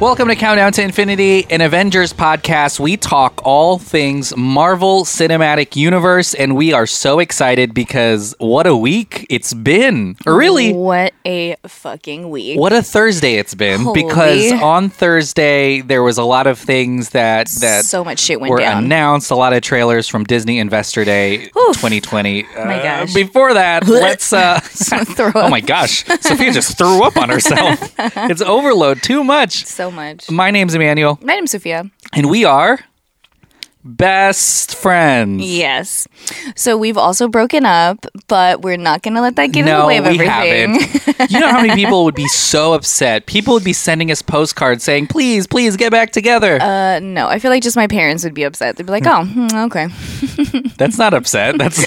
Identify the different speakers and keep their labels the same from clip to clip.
Speaker 1: Welcome to Countdown to Infinity, an Avengers podcast. We talk all things Marvel Cinematic Universe, and we are so excited because what a week it's been. Or really,
Speaker 2: What a fucking week.
Speaker 1: what a Thursday it's been.
Speaker 2: Holy.
Speaker 1: Because on Thursday there was a lot of things that that
Speaker 2: so much shit went
Speaker 1: were
Speaker 2: down.
Speaker 1: announced. A lot of trailers from Disney Investor Day
Speaker 2: Oof.
Speaker 1: 2020.
Speaker 2: My
Speaker 1: Uh,
Speaker 2: gosh.
Speaker 1: Before that, let's. Uh,
Speaker 2: Throw
Speaker 1: oh
Speaker 2: up.
Speaker 1: my gosh, Sophia just threw up on herself. it's overload. Too much.
Speaker 2: so much.
Speaker 1: My name's Emmanuel.
Speaker 2: My name's Sophia.
Speaker 1: And we are best friends.
Speaker 2: Yes. So we've also broken up, but we're not going to let that get in the
Speaker 1: No,
Speaker 2: way of
Speaker 1: we
Speaker 2: everything.
Speaker 1: haven't. you know how many people would be so upset? People would be sending us postcards saying, please, please get back together.
Speaker 2: Uh, no, I feel like just my parents would be upset. They'd be like, oh, hmm, okay.
Speaker 1: that's not upset. That's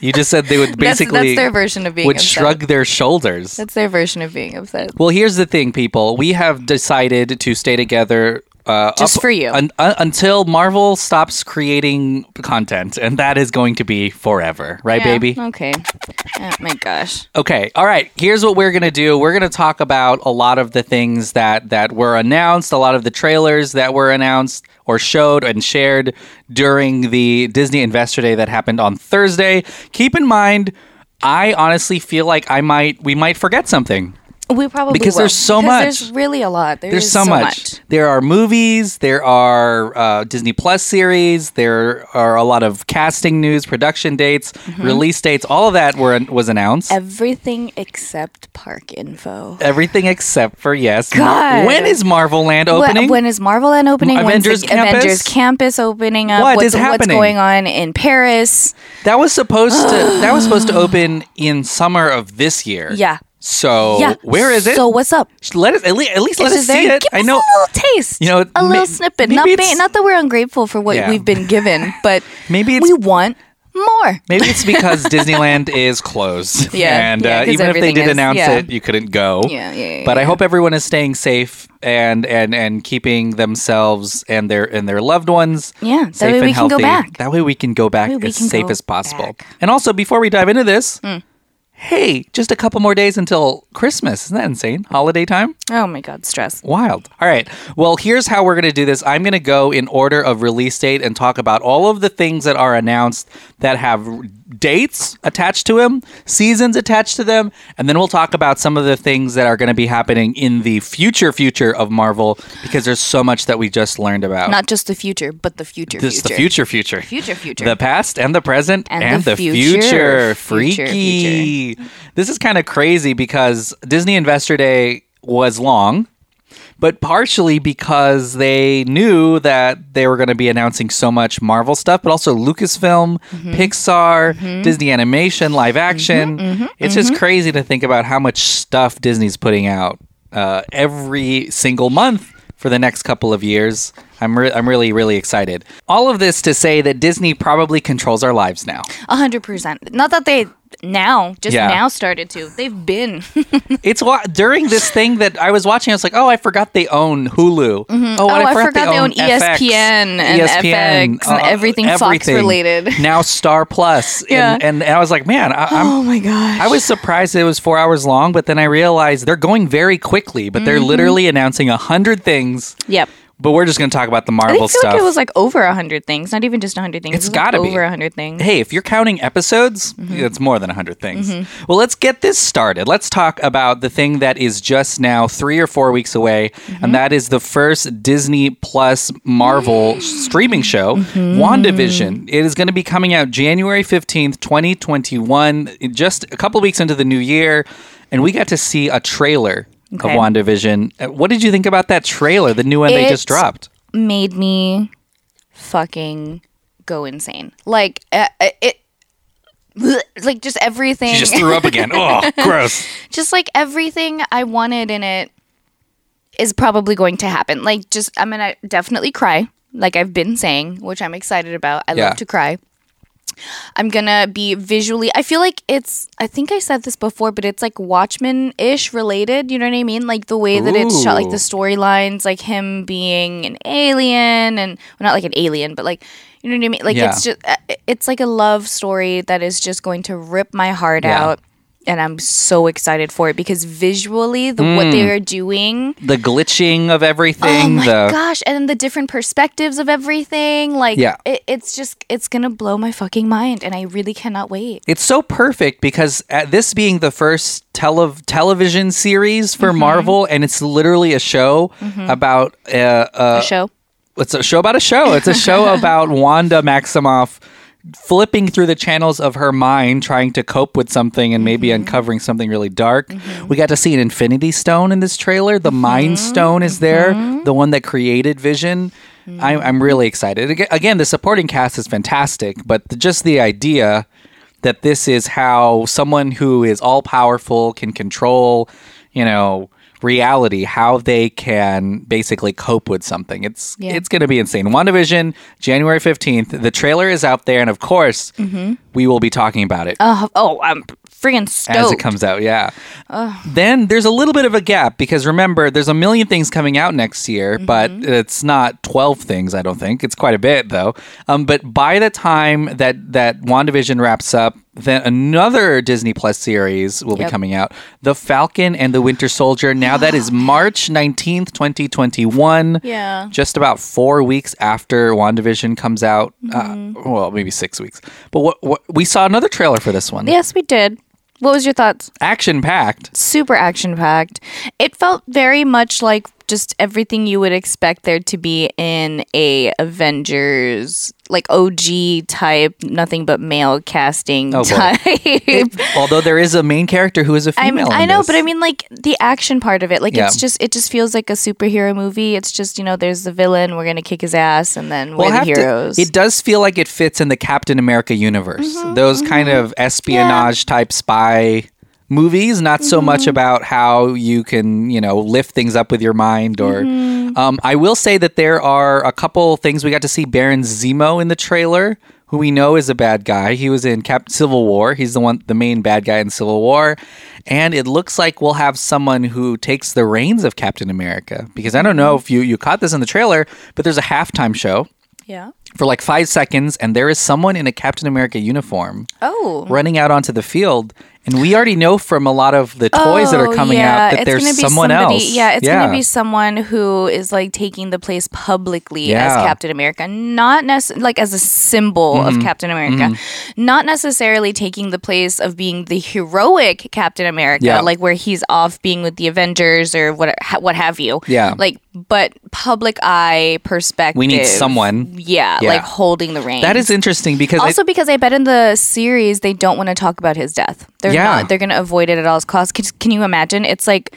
Speaker 1: You just said they would
Speaker 2: That's, that's
Speaker 1: basically
Speaker 2: their version of being
Speaker 1: would
Speaker 2: upset.
Speaker 1: shrug their shoulders.
Speaker 2: That's their version of being upset.
Speaker 1: well, here's the thing, people. We have decided to stay together uh,
Speaker 2: Just for you.
Speaker 1: un- un- until Marvel stops creating content, and that is going to be forever, right,
Speaker 2: Yeah, Mm-hmm.
Speaker 1: baby?
Speaker 2: Okay. Oh my gosh.
Speaker 1: Okay. All right. Here's what we're gonna do. We're gonna talk about a lot of the things that that were announced, a lot of the trailers that were announced or showed and shared during the Disney Investor Day that happened on Thursday. Keep in mind, I honestly feel like I might we might forget something.
Speaker 2: We probably
Speaker 1: Because
Speaker 2: will.
Speaker 1: there's so
Speaker 2: Because
Speaker 1: much.
Speaker 2: There's really a lot. There
Speaker 1: There's
Speaker 2: is
Speaker 1: so, much. There are movies. There are uh, Disney Plus series. There are a lot of casting news, production dates, release dates. All of that were was announced.
Speaker 2: Everything except park info.
Speaker 1: Everything except for yes.
Speaker 2: God.
Speaker 1: When is Marvel Land opening?
Speaker 2: Wh- when is Marvel Land opening? When's
Speaker 1: Avengers
Speaker 2: the
Speaker 1: Campus?
Speaker 2: Avengers Campus opening up?
Speaker 1: What
Speaker 2: what's,
Speaker 1: is happening?
Speaker 2: What's going on in Paris?
Speaker 1: that was supposed to that was supposed to open in summer of this year.
Speaker 2: Yeah.
Speaker 1: So
Speaker 2: yeah.
Speaker 1: Oh, where is it?
Speaker 2: So what's up?
Speaker 1: let us at least, at least let
Speaker 2: Is
Speaker 1: us
Speaker 2: it
Speaker 1: see
Speaker 2: there?
Speaker 1: it.
Speaker 2: Give
Speaker 1: I
Speaker 2: us
Speaker 1: know
Speaker 2: a little taste.
Speaker 1: You know,
Speaker 2: a
Speaker 1: may-
Speaker 2: little snippet.
Speaker 1: maybe
Speaker 2: Not,
Speaker 1: it's-
Speaker 2: ba- not that we're ungrateful for what
Speaker 1: Yeah.
Speaker 2: we've been given, but
Speaker 1: Maybe it's-
Speaker 2: we want more.
Speaker 1: maybe it's because Disneyland is closed.
Speaker 2: Yeah.
Speaker 1: And
Speaker 2: Yeah,
Speaker 1: uh,
Speaker 2: 'cause
Speaker 1: even if they
Speaker 2: everything
Speaker 1: did
Speaker 2: is-
Speaker 1: announce
Speaker 2: yeah.
Speaker 1: it, you couldn't go.
Speaker 2: Yeah, yeah, yeah,
Speaker 1: But I
Speaker 2: yeah.
Speaker 1: hope everyone is staying safe and and and keeping themselves and their and their loved ones
Speaker 2: Yeah, that
Speaker 1: safe
Speaker 2: way
Speaker 1: and
Speaker 2: we can
Speaker 1: healthy.
Speaker 2: go back.
Speaker 1: That way we can go back
Speaker 2: That way we
Speaker 1: as
Speaker 2: can
Speaker 1: safe
Speaker 2: go
Speaker 1: as possible.
Speaker 2: back. Mm.
Speaker 1: And also before we dive into this, hey, just a couple more days until Christmas. Isn't that insane? Holiday time?
Speaker 2: Oh my God, stress.
Speaker 1: Wild. All right. Well, here's how we're going to do this. I'm going to go in order of release date and talk about all of the things that are announced that have r- dates attached to them, seasons attached to them, and then we'll talk about some of the things that are going to be happening in the future future of Marvel because there's so much that we just learned about.
Speaker 2: Not just the future, but the future.
Speaker 1: this
Speaker 2: future.
Speaker 1: the future future.
Speaker 2: Future, future.
Speaker 1: The past and the present and,
Speaker 2: And
Speaker 1: the,
Speaker 2: the
Speaker 1: future.
Speaker 2: future. Future,
Speaker 1: Freaky.
Speaker 2: future.
Speaker 1: This is kind of crazy because Disney Investor Day was long, but partially because they knew that they were going to be announcing so much Marvel stuff, but also Lucasfilm, Pixar, Disney Animation, live action. it's just crazy to think about how much stuff Disney's putting out uh, every single month for the next couple of years. I'm, re- I'm really, really excited. All of this to say that Disney probably controls our lives now.
Speaker 2: A hundred percent. Not that they now, just
Speaker 1: Yeah.
Speaker 2: now started to. They've been.
Speaker 1: It's wa- during this thing that I was watching, I was like, oh, I forgot they own Hulu. Oh, and
Speaker 2: Mm-hmm. I forgot they own E
Speaker 1: FX,
Speaker 2: ESPN
Speaker 1: E
Speaker 2: and FX and everything Fox related.
Speaker 1: uh, Now Star Plus. And,
Speaker 2: Yeah.
Speaker 1: and, and I was like, man, I, I'm.
Speaker 2: oh my gosh.
Speaker 1: I was surprised it was four hours long, but then I realized they're going very quickly, but they're literally announcing a hundred things.
Speaker 2: Mm-hmm. Yep.
Speaker 1: But we're just going to talk about the
Speaker 2: I
Speaker 1: Marvel
Speaker 2: think feel
Speaker 1: stuff.
Speaker 2: like it was like over a hundred things, not even just a hundred things.
Speaker 1: It's
Speaker 2: It was, like,
Speaker 1: gotta be.
Speaker 2: over a hundred things.
Speaker 1: hey, if you're counting episodes,
Speaker 2: Mm-hmm.
Speaker 1: it's more than 100 things. Well, let's get this started. Let's talk about the thing that is just now three or four weeks away,
Speaker 2: Mm-hmm.
Speaker 1: and that is the first Disney Plus Marvel streaming show,
Speaker 2: Mm-hmm.
Speaker 1: WandaVision. It is going to be coming out January 15th, 2021, just a couple weeks into the new year, and we got to see a trailer.
Speaker 2: Okay.
Speaker 1: Of WandaVision. Uh, What did you think about that trailer, the new one they
Speaker 2: It-
Speaker 1: just dropped?
Speaker 2: Made me fucking go insane. Like uh, uh, it. bleh, Like just everything,
Speaker 1: You just threw up again. Oh, gross.
Speaker 2: just like everything I wanted in it is probably going to happen. Like, just I'm gonna definitely cry, like I've been saying, which I'm excited about. I
Speaker 1: Yeah.
Speaker 2: love to cry. I'm gonna be visually. I feel like it's. I think I said this before, but it's like Watchmen ish related. You know what I mean? Like the way that it's shot, like
Speaker 1: Ooh.
Speaker 2: the storylines, like him being an alien and well, not like an alien, but like you know what I mean. Like
Speaker 1: Yeah.
Speaker 2: it's just. uh, It's like a love story that is just going to rip my heart
Speaker 1: Yeah.
Speaker 2: out. and I'm so excited for it because visually the
Speaker 1: Mm.
Speaker 2: what they are doing
Speaker 1: The glitching of everything.
Speaker 2: Oh my
Speaker 1: the
Speaker 2: gosh! And then the different perspectives of everything, like
Speaker 1: Yeah.
Speaker 2: it, it's just it's gonna blow my fucking mind, and I really cannot wait.
Speaker 1: It's so perfect because at this being the first tele- television series for Marvel, and it's literally a show about uh, uh,
Speaker 2: the show.
Speaker 1: it's a show about a show. It's a show about Wanda Maximoff flipping through the channels of her mind, trying to cope with something and maybe uncovering something really dark. We got to see an Infinity Stone in this trailer. The Mind Stone is there, the one that created Vision. I, I'm really excited. Aga- Again, the supporting cast is fantastic, but the, just the idea that this is how someone who is all powerful can control, you know, reality, how they can basically cope with something. It's
Speaker 2: Yeah.
Speaker 1: it's going to be insane. WandaVision, January 15th. The trailer is out there and of course, we will be talking about it
Speaker 2: Oh, oh, I'm friggin' stoked.
Speaker 1: as it comes out. Yeah. Then there's a little bit of a gap because remember, there's a million things coming out next year,
Speaker 2: Mm-hmm.
Speaker 1: but it's not 12 things, I don't think. It's quite a bit though. Um, but by the time that that WandaVision wraps up, then another Disney Plus series will be
Speaker 2: Yep.
Speaker 1: coming out, The Falcon and the Winter Soldier. Now that is March 19th, 2021.
Speaker 2: Yeah.
Speaker 1: Just about 4 weeks after WandaVision comes out.
Speaker 2: Mm-hmm.
Speaker 1: Uh, well, maybe 6 weeks. But what, what we saw another trailer for this one.
Speaker 2: Yes, we did. What was your thoughts?
Speaker 1: Action packed.
Speaker 2: Super action packed. It felt very much like just everything you would expect there to be in a Avengers like OG type, nothing but male casting
Speaker 1: Oh, boy.
Speaker 2: type.
Speaker 1: Although there is a main character who is a
Speaker 2: I mean,
Speaker 1: female.
Speaker 2: I
Speaker 1: in
Speaker 2: know,
Speaker 1: this.
Speaker 2: but I mean, like the action part of it, like
Speaker 1: Yeah.
Speaker 2: it's just it just feels like a superhero movie. It's just you know, there's the villain, we're gonna kick his ass, and then
Speaker 1: We'll
Speaker 2: we're the
Speaker 1: have to-
Speaker 2: heroes.
Speaker 1: it does feel like it fits in the Captain America universe. Those kind of espionage type spy movies, not so much about how you can, you know, lift things up with your mind or um, I will say that there are a couple things we got to see Baron Zemo in the trailer. Who we know is a bad guy. He was in Cap Civil War. He's the one, the main bad guy in Civil War, and it looks like we'll have someone who takes the reins of Captain America. Because I don't know if you you caught this in the trailer, but there's a halftime show
Speaker 2: yeah.
Speaker 1: for like five seconds, and there is someone in a Captain America uniform
Speaker 2: Oh.
Speaker 1: running out onto the field. And we already know from a lot of the toys that
Speaker 2: Oh,
Speaker 1: are coming out that
Speaker 2: it's
Speaker 1: there's
Speaker 2: gonna be
Speaker 1: someone
Speaker 2: somebody-
Speaker 1: else.
Speaker 2: Yeah, it's gonna be someone who is like taking the place publicly as
Speaker 1: Yeah. Mm-hmm.
Speaker 2: Captain America, not necessarily like as a symbol of Captain America, not necessarily taking the place of being the heroic Captain America,
Speaker 1: Yeah.
Speaker 2: like where he's off being with the Avengers or what ha- what have you.
Speaker 1: Yeah.
Speaker 2: like but public eye perspective.
Speaker 1: someone.
Speaker 2: Yeah,
Speaker 1: Yeah.
Speaker 2: like holding the reins.
Speaker 1: That is interesting because I-
Speaker 2: Also, because I bet in the series they don't want to talk about his death. They're
Speaker 1: Yeah.
Speaker 2: not. They're going to avoid it at all costs. Can, can you imagine? It's like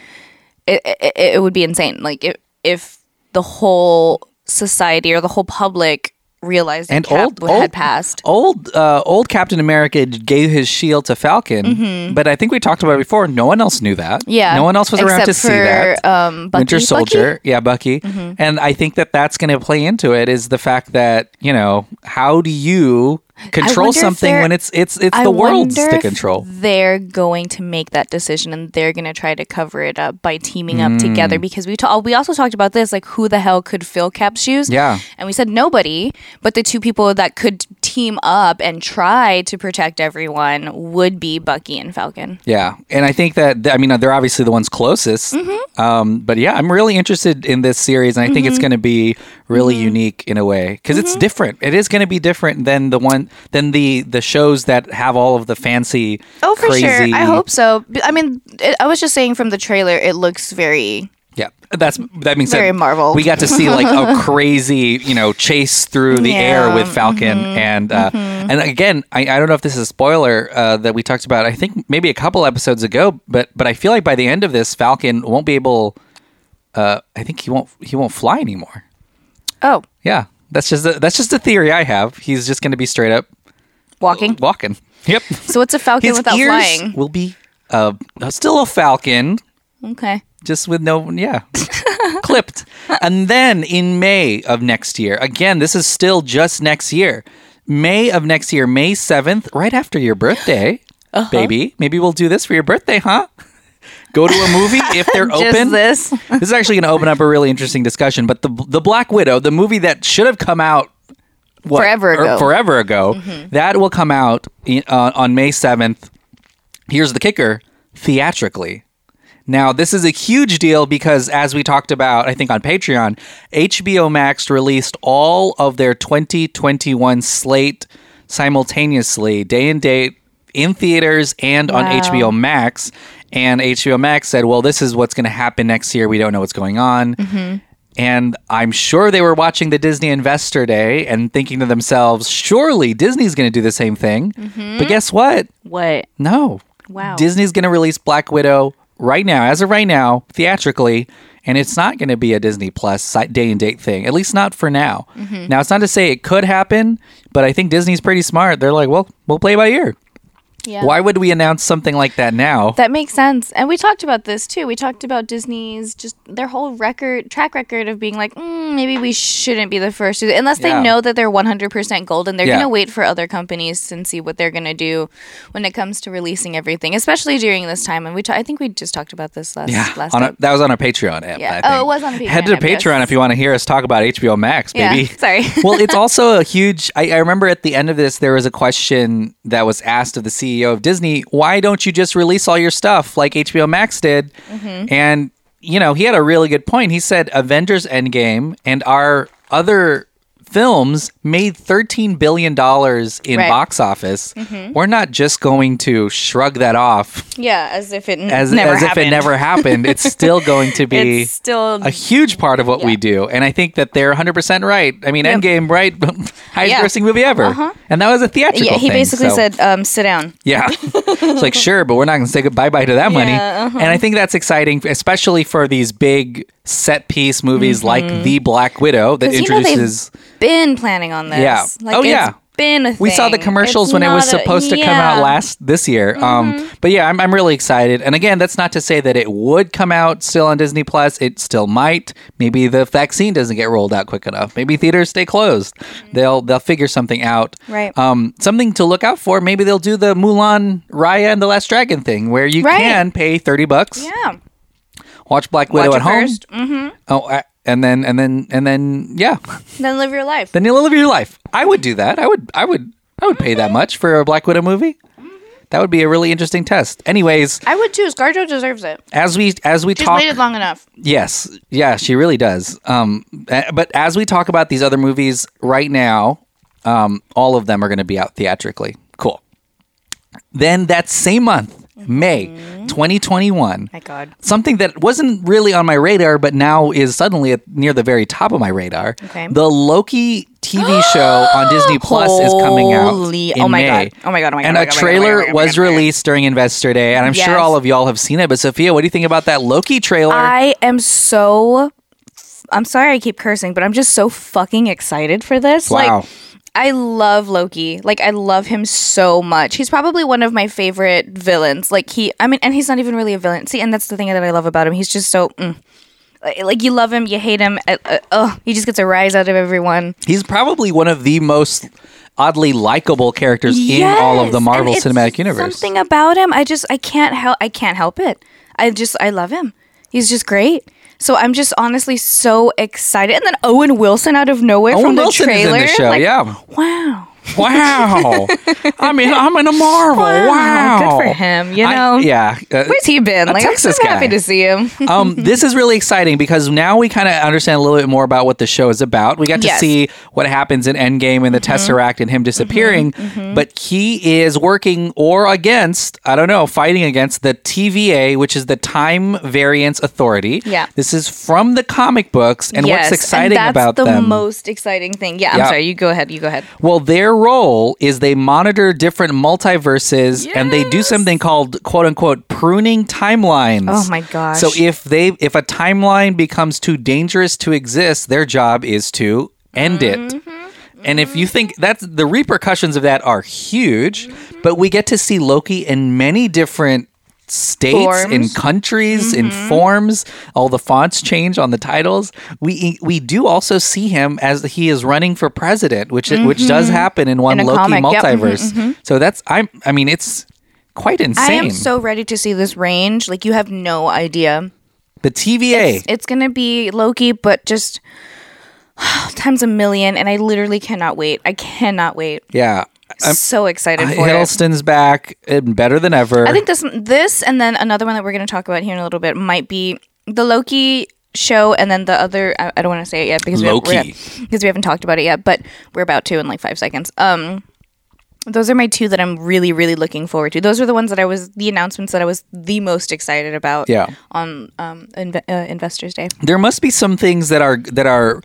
Speaker 2: it, it, it would be insane. Like if if the whole society or the whole public realized that
Speaker 1: And
Speaker 2: Cap
Speaker 1: old-
Speaker 2: w- had
Speaker 1: old-
Speaker 2: passed.
Speaker 1: old uh, old Captain America gave his shield to Falcon, but I think we talked about it before. No one else knew that.
Speaker 2: Mm-hmm. Yeah.
Speaker 1: no one else was around
Speaker 2: Except
Speaker 1: to see
Speaker 2: for,
Speaker 1: that.
Speaker 2: Um, Bucky,
Speaker 1: Winter
Speaker 2: Bucky? Mm-hmm.
Speaker 1: Soldier, yeah, Bucky, and I think that that's going to play into it is the fact that you know how do you control
Speaker 2: wonder if
Speaker 1: something
Speaker 2: they're-
Speaker 1: when it's it's it's
Speaker 2: I
Speaker 1: the world's
Speaker 2: wonder
Speaker 1: to
Speaker 2: if
Speaker 1: control.
Speaker 2: They're going to make that decision, and they're going to try to cover it up by teaming up
Speaker 1: Mm.
Speaker 2: together. Because we ta- oh, we also talked about this, like who the hell could fill Cap's shoes?
Speaker 1: Yeah.
Speaker 2: and we said nobody. But the two people that could team up and try to protect everyone would be Bucky and Falcon.
Speaker 1: Yeah, and I think that I mean they're obviously the ones closest.
Speaker 2: Mm-hmm.
Speaker 1: Um, but yeah, I'm really interested in this series, and I think it's going to be really
Speaker 2: Mm-hmm.
Speaker 1: unique in a way because it's different. It is going to be different than the one than the the shows that have all of the fancy.
Speaker 2: Oh, for
Speaker 1: crazy-
Speaker 2: sure. I hope so. B- I mean, it, I was just saying from the trailer, it looks very
Speaker 1: Yeah, that's that being said,
Speaker 2: Very Marvel.
Speaker 1: We got to see like a crazy, you know, chase through the air
Speaker 2: Yeah, Mm-hmm.
Speaker 1: with Falcon, and uh, and again, I, I don't know if this is a spoiler uh, that we talked about. I think maybe a couple episodes ago, but but I feel like by the end of this, Falcon won't be able. Uh, I think he won't he won't fly anymore.
Speaker 2: oh
Speaker 1: Yeah, that's just a, that's just a theory I have. He's just going to be straight up
Speaker 2: walking.
Speaker 1: walking. Yep,
Speaker 2: So what's a Falcon
Speaker 1: his
Speaker 2: without
Speaker 1: ears
Speaker 2: flying?
Speaker 1: will be uh, still a Falcon
Speaker 2: Okay.
Speaker 1: just with no yeah clipped and then in may of next year again this is still just next year may of next year may 7th right after your birthday
Speaker 2: Uh-huh.
Speaker 1: baby maybe we'll do this for your birthday huh go to a movie if they're
Speaker 2: Just
Speaker 1: open
Speaker 2: this.
Speaker 1: this is actually going to open up a really interesting discussion but the the black widow the movie that should have come out what,
Speaker 2: Forever
Speaker 1: er,
Speaker 2: ago. Mm-hmm.
Speaker 1: forever ago that will come out in, uh, on may 7th Here's the kicker theatrically. Now, this is a huge deal because, as we talked about, I think on Patreon, HBO Max released all of their 2021 slate simultaneously, day and date, in theaters and on
Speaker 2: Wow.
Speaker 1: HBO Max. And HBO Max said, well, this is what's going to happen next year. We don't know what's going on. And I'm sure they were watching the Disney Investor Day and thinking to themselves, surely Disney's going to do the same thing. But guess what?
Speaker 2: What?
Speaker 1: No.
Speaker 2: Wow.
Speaker 1: Disney's going to release Black Widow right now, as of right now, theatrically, and it's not going to be a Disney Plus si- day and date thing, at least not for now.
Speaker 2: Mm-hmm.
Speaker 1: Now, it's not to say it could happen, but I think Disney's pretty smart. They're like, well, we'll play by ear.
Speaker 2: Yeah.
Speaker 1: Why would we announce something like that now?
Speaker 2: That makes sense. And we talked about this too. We talked about Disney's just their whole record track record of being like, mm, maybe we shouldn't be the first to unless
Speaker 1: Yeah.
Speaker 2: they know that they're 100% gold and they're
Speaker 1: Yeah.
Speaker 2: going to wait for other companies and see what they're going to do when it comes to releasing everything, especially during this time. And we ta- I think we just talked about this last
Speaker 1: yeah,
Speaker 2: last
Speaker 1: on a,
Speaker 2: ep-
Speaker 1: that was on our Patreon app.
Speaker 2: Yeah.
Speaker 1: I
Speaker 2: Oh, it
Speaker 1: think.
Speaker 2: was on
Speaker 1: Head
Speaker 2: Patreon
Speaker 1: to
Speaker 2: app, yes.
Speaker 1: Patreon if you want to hear us talk about HBO Max,
Speaker 2: Yeah,
Speaker 1: baby.
Speaker 2: sorry.
Speaker 1: well, it's also a huge. I, I remember at the end of this, there was a question that was asked of the CEO of Disney why don't you just release all your stuff like HBO Max did?
Speaker 2: Mm-hmm.
Speaker 1: And, you know, he had a really good point. He said Avengers Endgame and our other films made $13 billion in
Speaker 2: Right. Mm-hmm.
Speaker 1: box office. We're not just going to shrug that off
Speaker 2: yeah, as if it n-
Speaker 1: as,
Speaker 2: never
Speaker 1: as if
Speaker 2: happened.
Speaker 1: it never happened. It's still going to be.
Speaker 2: It's still
Speaker 1: a huge part of what we
Speaker 2: Yeah.
Speaker 1: do, and I think that they're 100 percent right. I mean, Endgame, right? Highest
Speaker 2: Yeah. Uh-huh.
Speaker 1: grossing movie ever, and that was a theatrical.
Speaker 2: Yeah, he
Speaker 1: thing,
Speaker 2: basically
Speaker 1: so-
Speaker 2: said um, sit down.
Speaker 1: yeah. it's like, sure, but we're not going to say goodbye bye to that money.
Speaker 2: uh-huh.
Speaker 1: And I think that's exciting, especially for these big set piece movies like The Black Widow that
Speaker 2: 'Cause Mm-hmm. you know they've
Speaker 1: introduces.
Speaker 2: Been planning on this.
Speaker 1: Yeah.
Speaker 2: Like,
Speaker 1: Oh,
Speaker 2: it's
Speaker 1: yeah.
Speaker 2: Been a
Speaker 1: we saw the
Speaker 2: thing.
Speaker 1: commercials
Speaker 2: It's
Speaker 1: when it was
Speaker 2: not a-
Speaker 1: supposed to come out
Speaker 2: yeah. Mm-hmm.
Speaker 1: last this year. Um, but yeah, I'm, I'm really excited. And again, that's not to say that it would come out still on Disney Plus. It still might. Maybe the vaccine doesn't get rolled out quick enough. Maybe theaters stay closed. They'll they'll figure something out.
Speaker 2: Right.
Speaker 1: Um, something to look out for. Maybe they'll do the Mulan, Raya, and the Last Dragon thing, where you
Speaker 2: Right.
Speaker 1: can pay thirty bucks,
Speaker 2: Yeah.
Speaker 1: watch Black Widow
Speaker 2: Watch
Speaker 1: at
Speaker 2: it
Speaker 1: home.
Speaker 2: first. Mm-hmm.
Speaker 1: Oh, I, and then and then and then yeah,
Speaker 2: Then live your life.
Speaker 1: then you'll live your life. I would do that. I would. I would. I would pay that much for a Black Widow movie. That would be a really interesting test. Anyways,
Speaker 2: I would too. ScarJo deserves it.
Speaker 1: as we as we
Speaker 2: She's
Speaker 1: talk,
Speaker 2: waited long enough.
Speaker 1: Yes. Yeah, she really does. Um, a- but as we talk about these other movies right now, um, all of them are going to be out theatrically. Cool. Then that same month, May 2021,
Speaker 2: My God.
Speaker 1: something that wasn't really on my radar, but now is suddenly at, near the very top of my radar.
Speaker 2: Okay.
Speaker 1: The Loki TV show on Disney Plus is coming out.
Speaker 2: Holy-
Speaker 1: in
Speaker 2: oh my
Speaker 1: May.
Speaker 2: God. Oh my God, oh my God,
Speaker 1: And
Speaker 2: oh my
Speaker 1: a
Speaker 2: God, oh my God,
Speaker 1: trailer
Speaker 2: oh my God, oh my
Speaker 1: was
Speaker 2: God, oh my God.
Speaker 1: released during Investor Day, and I'm sure
Speaker 2: Yes.
Speaker 1: all of y'all have seen it. But Sophia, what do you think about that Loki trailer?
Speaker 2: I am so. I'm sorry I keep cursing, but I'm just so fucking excited for this.
Speaker 1: Wow.
Speaker 2: Like, I love Loki. Like, I love him so much. He's probably one of my favorite villains. Like, he, I mean, and he's not even really a villain. See, and that's the thing that I love about him. He's just so. Mm. Like- Like, you love him, you hate him. Uh, uh, oh, he just gets a rise out of everyone.
Speaker 1: He's probably one of the most oddly likable characters in all of
Speaker 2: Yes,
Speaker 1: the
Speaker 2: and
Speaker 1: Marvel
Speaker 2: it's
Speaker 1: Cinematic
Speaker 2: just
Speaker 1: Universe.
Speaker 2: Something about him, I just I can't help I can't help it. I just I love him. He's just great. So I'm just honestly so excited. And then Owen Wilson out of nowhere
Speaker 1: Owen
Speaker 2: from the
Speaker 1: Wilson is in
Speaker 2: trailer.
Speaker 1: the show,
Speaker 2: like,
Speaker 1: yeah.
Speaker 2: Wow.
Speaker 1: Wow. I mean, I'm in a Marvel. Oh, Wow.
Speaker 2: Good for him. You
Speaker 1: I-
Speaker 2: know.
Speaker 1: yeah. Uh,
Speaker 2: Where's he been? Like
Speaker 1: Texas
Speaker 2: I'm so happy
Speaker 1: guy.
Speaker 2: to see him.
Speaker 1: um, this is really exciting because now we kind of understand a little bit more about what the show is about. We got to
Speaker 2: Yes. Mm-hmm.
Speaker 1: see what happens in Endgame and the Tesseract and him disappearing, but he is working or against, I don't know, fighting against the TVA, which is the Time Variance Authority.
Speaker 2: Yeah.
Speaker 1: This is from the comic books, and
Speaker 2: yes.
Speaker 1: what's exciting
Speaker 2: and that's
Speaker 1: about
Speaker 2: the
Speaker 1: them?
Speaker 2: most exciting thing. Yeah, I'm
Speaker 1: Yeah.
Speaker 2: sorry. You go ahead. You go ahead.
Speaker 1: Well, their role is they monitor different multiverses and they do
Speaker 2: Yes.
Speaker 1: something called quote unquote pruning timelines.
Speaker 2: Oh my gosh.
Speaker 1: So if they if a timeline becomes too dangerous to exist, their job is to end it.
Speaker 2: Mm-hmm.
Speaker 1: And if you think that's the repercussions of that are huge, but we get to see Loki in many different states
Speaker 2: Forms. Mm-hmm.
Speaker 1: in countries in forms all the fonts change on the titles we e, we do also see him as he is running for president which which does happen in one
Speaker 2: Mm-hmm. In a
Speaker 1: loki
Speaker 2: comic, yep. Mhm,
Speaker 1: multiverse so that's i'm i mean it's quite
Speaker 2: I
Speaker 1: insane
Speaker 2: am so ready to see this range. Like you have no idea.
Speaker 1: the tva
Speaker 2: it's, it's gonna be Loki, but just times a million, and I literally cannot wait. I cannot wait.
Speaker 1: yeah Uh,
Speaker 2: so excited for it.
Speaker 1: Hiddleston's back and better than ever.
Speaker 2: I think this this and then another one that we're going to talk about here in a little bit might be the Loki show and then the other I, I don't want to say it yet because we haven't- we
Speaker 1: Loki.
Speaker 2: haven't- because we haven't talked about it yet, but we're about to in like 5 seconds. Um those are my two that I'm really really looking forward to. Those are the ones that I was the announcements that I was the most excited about
Speaker 1: Yeah.
Speaker 2: on um Inve- uh, Investors Day.
Speaker 1: there must be some things that are that are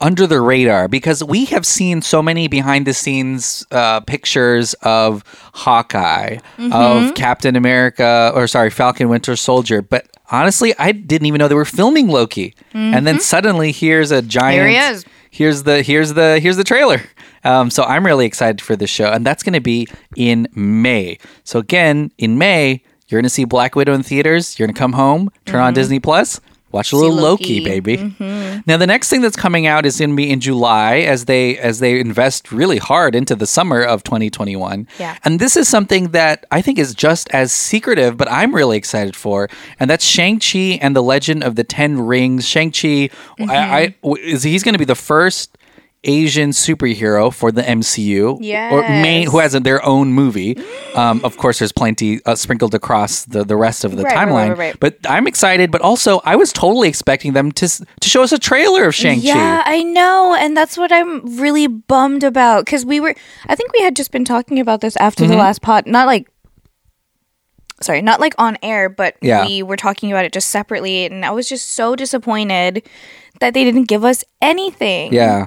Speaker 1: under the radar because we have seen so many behind the scenes uh, pictures of Hawkeye,
Speaker 2: Mm-hmm.
Speaker 1: of Captain America, or sorry, Falcon Winter Soldier. But honestly, I didn't even know they were filming Loki. And then suddenly, here's a giant.
Speaker 2: Mm-hmm. Here he is.
Speaker 1: Here's the here's the here's the trailer. Um, so I'm really excited for this show, and that's going to be in May. So again, in May, you're going to see Black Widow in theaters. You're going to come home, turn on Disney Plus, watch a little Loki,
Speaker 2: Mm-hmm. Loki.
Speaker 1: baby.
Speaker 2: Mm-hmm.
Speaker 1: Now the next thing that's coming out is going to be in July, as they as they invest really hard into the summer of 2021.
Speaker 2: Yeah.
Speaker 1: And this is something that I think is just as secretive, but I'm really excited for, and that's Shang Chi and the Legend of the Ten Rings. Shang Chi, I,
Speaker 2: Mm-hmm.
Speaker 1: I w- is he's going to be the first Asian superhero for the MCU, or main
Speaker 2: Yes.
Speaker 1: who has a, their own movie. Um, of course, there's plenty uh, sprinkled across the the rest of the
Speaker 2: Right, right,
Speaker 1: timeline,
Speaker 2: right, right.
Speaker 1: but I'm excited. But also, I was totally expecting them to s- to show us a trailer of Shang Chi.
Speaker 2: Yeah, I know, and that's what I'm really bummed about because we were. I think we had just been talking about this after
Speaker 1: Mm-hmm.
Speaker 2: the last pod, not like. Sorry, not like on air, but
Speaker 1: Yeah.
Speaker 2: we were talking about it just separately, and I was just so disappointed that they didn't give us anything.
Speaker 1: Yeah.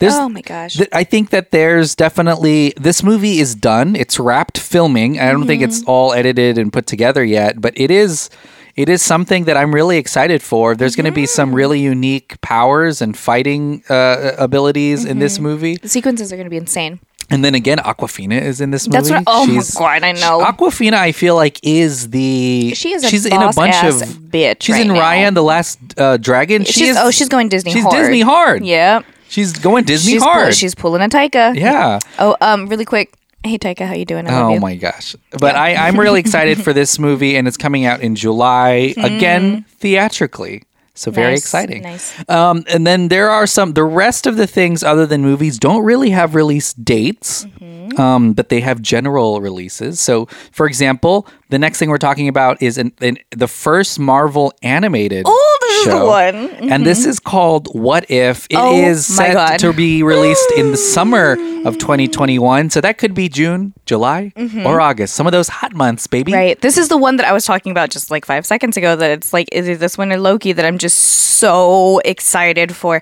Speaker 1: There's,
Speaker 2: Oh my gosh.
Speaker 1: th- I think that there's definitely this movie is done. It's wrapped filming. I don't think it's
Speaker 2: Mm-hmm.
Speaker 1: all edited and put together yet, but it is it is something that I'm really excited for. There's going to be some really unique powers and fighting uh, abilities in this
Speaker 2: Mm-hmm.
Speaker 1: movie.
Speaker 2: the sequences are going to be insane.
Speaker 1: And then again, Aquafina is in this movie.
Speaker 2: That's what. Oh my god, I know.
Speaker 1: Aquafina, I feel like is the
Speaker 2: She is a
Speaker 1: she's in a
Speaker 2: boss
Speaker 1: bunch
Speaker 2: ass
Speaker 1: of
Speaker 2: bitch
Speaker 1: She's
Speaker 2: right
Speaker 1: in
Speaker 2: now.
Speaker 1: Ryan the Last uh, Dragon. She
Speaker 2: she's
Speaker 1: is,
Speaker 2: oh, she's going Disney.
Speaker 1: she's
Speaker 2: hard.
Speaker 1: Disney hard.
Speaker 2: Yeah.
Speaker 1: She's going Disney
Speaker 2: She's pull-
Speaker 1: hard.
Speaker 2: she's pulling a Taika.
Speaker 1: yeah.
Speaker 2: Oh, um, really quick. Hey Taika, how you doing? I love
Speaker 1: Oh
Speaker 2: you.
Speaker 1: my gosh. But I, I'm really excited for this movie, and it's coming out in July again theatrically. So very
Speaker 2: Hmm. Nice,
Speaker 1: exciting.
Speaker 2: nice.
Speaker 1: Um, and then there are some, the rest of the things other than movies don't really have release dates,
Speaker 2: Mm-hmm.
Speaker 1: um, but they have general releases. So, for example, the next thing we're talking about is an, an, the first Marvel animated.
Speaker 2: Oh, this is the
Speaker 1: show.
Speaker 2: one. Mm-hmm.
Speaker 1: And this is called What If. It is
Speaker 2: Oh, my
Speaker 1: set
Speaker 2: God.
Speaker 1: to be released in the summer of 2021. So that could be June, July, or August. Some of those hot months, baby.
Speaker 2: Right. This is the one that I was talking about just like five seconds ago. That it's like either this one or Loki that I'm just so excited for.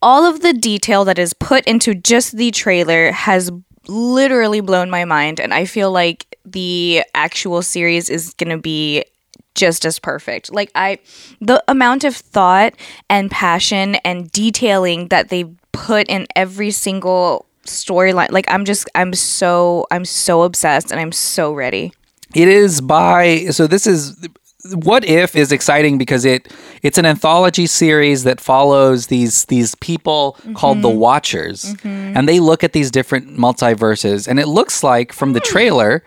Speaker 2: All of the detail that is put into just the trailer has literally blown my mind, and I feel like the actual series is going to be just as perfect. Like I the amount of thought and passion and detailing that they put in every single storyline. Like I'm just I'm so I'm so obsessed and I'm so ready.
Speaker 1: It is by so this is what if is exciting because it it's an anthology series that follows these these people called the Watchers and they look at these different multiverses and it looks like from the trailer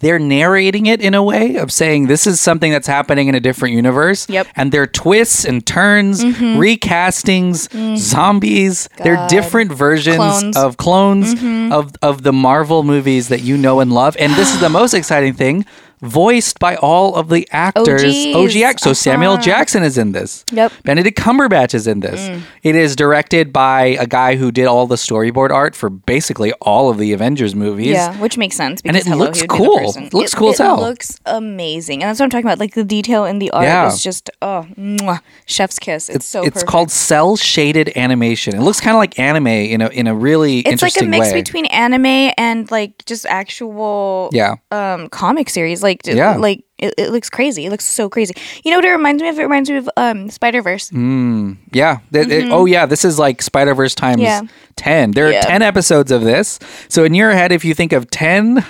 Speaker 1: they're narrating it in a way of saying this is something that's happening in a different universe
Speaker 2: Yep.
Speaker 1: and their twists and turns recastings zombies they're different versions
Speaker 2: Clones. Mm-hmm.
Speaker 1: of clones of of the Marvel movies that you know and love. And this is the most exciting thing, voiced by all of the actors.
Speaker 2: OGs.
Speaker 1: OG actors. So Samuel Jackson is in this.
Speaker 2: Yep. Mm.
Speaker 1: Benedict Cumberbatch is in this. It is directed by a guy who did all the storyboard art for basically all of the Avengers movies.
Speaker 2: Yeah, which makes sense. Because
Speaker 1: it
Speaker 2: hello,
Speaker 1: looks
Speaker 2: he would be the
Speaker 1: cool.
Speaker 2: person.
Speaker 1: It looks cool
Speaker 2: it,
Speaker 1: as hell.
Speaker 2: It looks amazing, and that's what I'm talking about. Like the detail in the art
Speaker 1: Yeah.
Speaker 2: is just oh, mwah, chef's kiss. It's, so.
Speaker 1: it's
Speaker 2: perfect.
Speaker 1: called cell shaded animation. It looks kind of like anime in a in a really
Speaker 2: It's like a
Speaker 1: interesting
Speaker 2: mix
Speaker 1: way.
Speaker 2: between anime and like just actual
Speaker 1: Yeah.
Speaker 2: um comic series. Like d-
Speaker 1: Yeah.
Speaker 2: like it, it looks crazy. It looks so crazy. You know what it reminds me of? It reminds me of um Spider Verse.
Speaker 1: Mm-hmm. Yeah. Th- it- oh, yeah. This is like Spider Verse times
Speaker 2: Mm-hmm. Yeah.
Speaker 1: 10. There are
Speaker 2: Yeah.
Speaker 1: 10 episodes of this. So, in your head, if you think of 10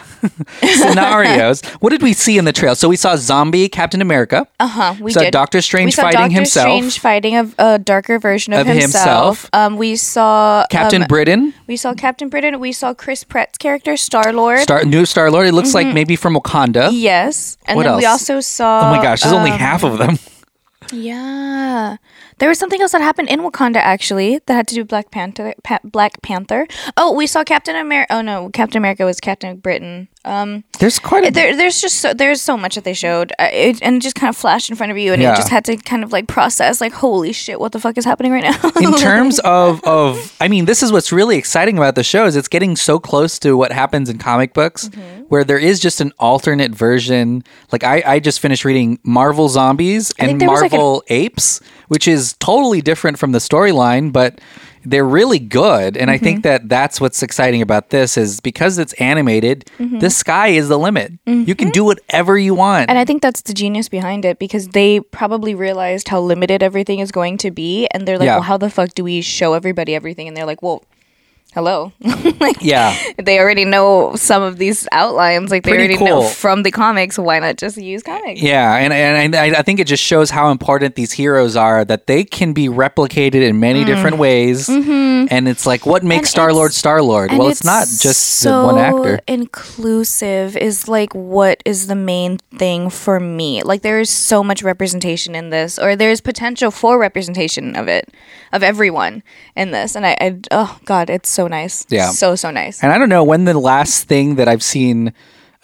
Speaker 1: scenarios, what did we see in the trail? So, we saw Zombie Captain America. Uh
Speaker 2: Uh-huh, we
Speaker 1: saw
Speaker 2: did.
Speaker 1: Doctor Strange
Speaker 2: we saw
Speaker 1: fighting
Speaker 2: Doctor
Speaker 1: himself.
Speaker 2: Strange fighting a, a darker version of,
Speaker 1: Of
Speaker 2: himself.
Speaker 1: himself.
Speaker 2: Um, we saw
Speaker 1: Captain
Speaker 2: um,
Speaker 1: Britain,
Speaker 2: we saw Captain Britain. We saw Chris Pratt's character Star Lord.
Speaker 1: Star, new Star Lord. It looks
Speaker 2: Mm-hmm.
Speaker 1: like maybe from Wakanda.
Speaker 2: Yes. And
Speaker 1: What
Speaker 2: then we
Speaker 1: else?
Speaker 2: also saw um,
Speaker 1: Oh my gosh, there's only half of them.
Speaker 2: Yeah. There was something else that happened in Wakanda actually that had to do with Black Panther. Pa- Black Panther. Oh, we saw Captain America. Oh no, Captain America was Captain Britain. Um,
Speaker 1: There's quite a
Speaker 2: there, there's just so there's so much that they showed, uh, it, and it just kind of flashed in front of you, and
Speaker 1: Yeah.
Speaker 2: you just had to kind of like process, like, holy shit, what the fuck is happening right now?
Speaker 1: in terms of of I mean, this is what's really exciting about the show is it's getting so close to what happens in comic books,
Speaker 2: Mm-hmm.
Speaker 1: where there is just an alternate version. Like I, I just finished reading Marvel Zombies and
Speaker 2: think there was, like, an-
Speaker 1: Marvel Apes, which is totally different from the storyline, but they're really good. And I
Speaker 2: Mm-hmm.
Speaker 1: think that that's what's exciting about this is because it's animated, the sky is the limit. You can do whatever you want.
Speaker 2: Mm-hmm. And I think that's the genius behind it because they probably realized how limited everything is going to be. And they're like,
Speaker 1: Yeah.
Speaker 2: well, how the fuck do we show everybody everything? And they're like, well, hello.
Speaker 1: yeah.
Speaker 2: they already know some of these outlines. Like, they
Speaker 1: Pretty
Speaker 2: already know
Speaker 1: cool.
Speaker 2: from the comics. Why not just use comics?
Speaker 1: Yeah, and and I, I think it just shows how important these heroes are that they can be replicated in many different ways. And it's like, what
Speaker 2: Mm. Mm-hmm. And
Speaker 1: makes Star Lord
Speaker 2: it's-
Speaker 1: Star Lord?
Speaker 2: And
Speaker 1: Well, it's, not just the one actor.
Speaker 2: Inclusive is like what is the main thing for me. Like there is so much representation in this, or there is potential for representation of it, of everyone in this. And I, I oh god, it's so nice.
Speaker 1: Yeah.
Speaker 2: so so nice.
Speaker 1: And I don't know when the last thing that I've seen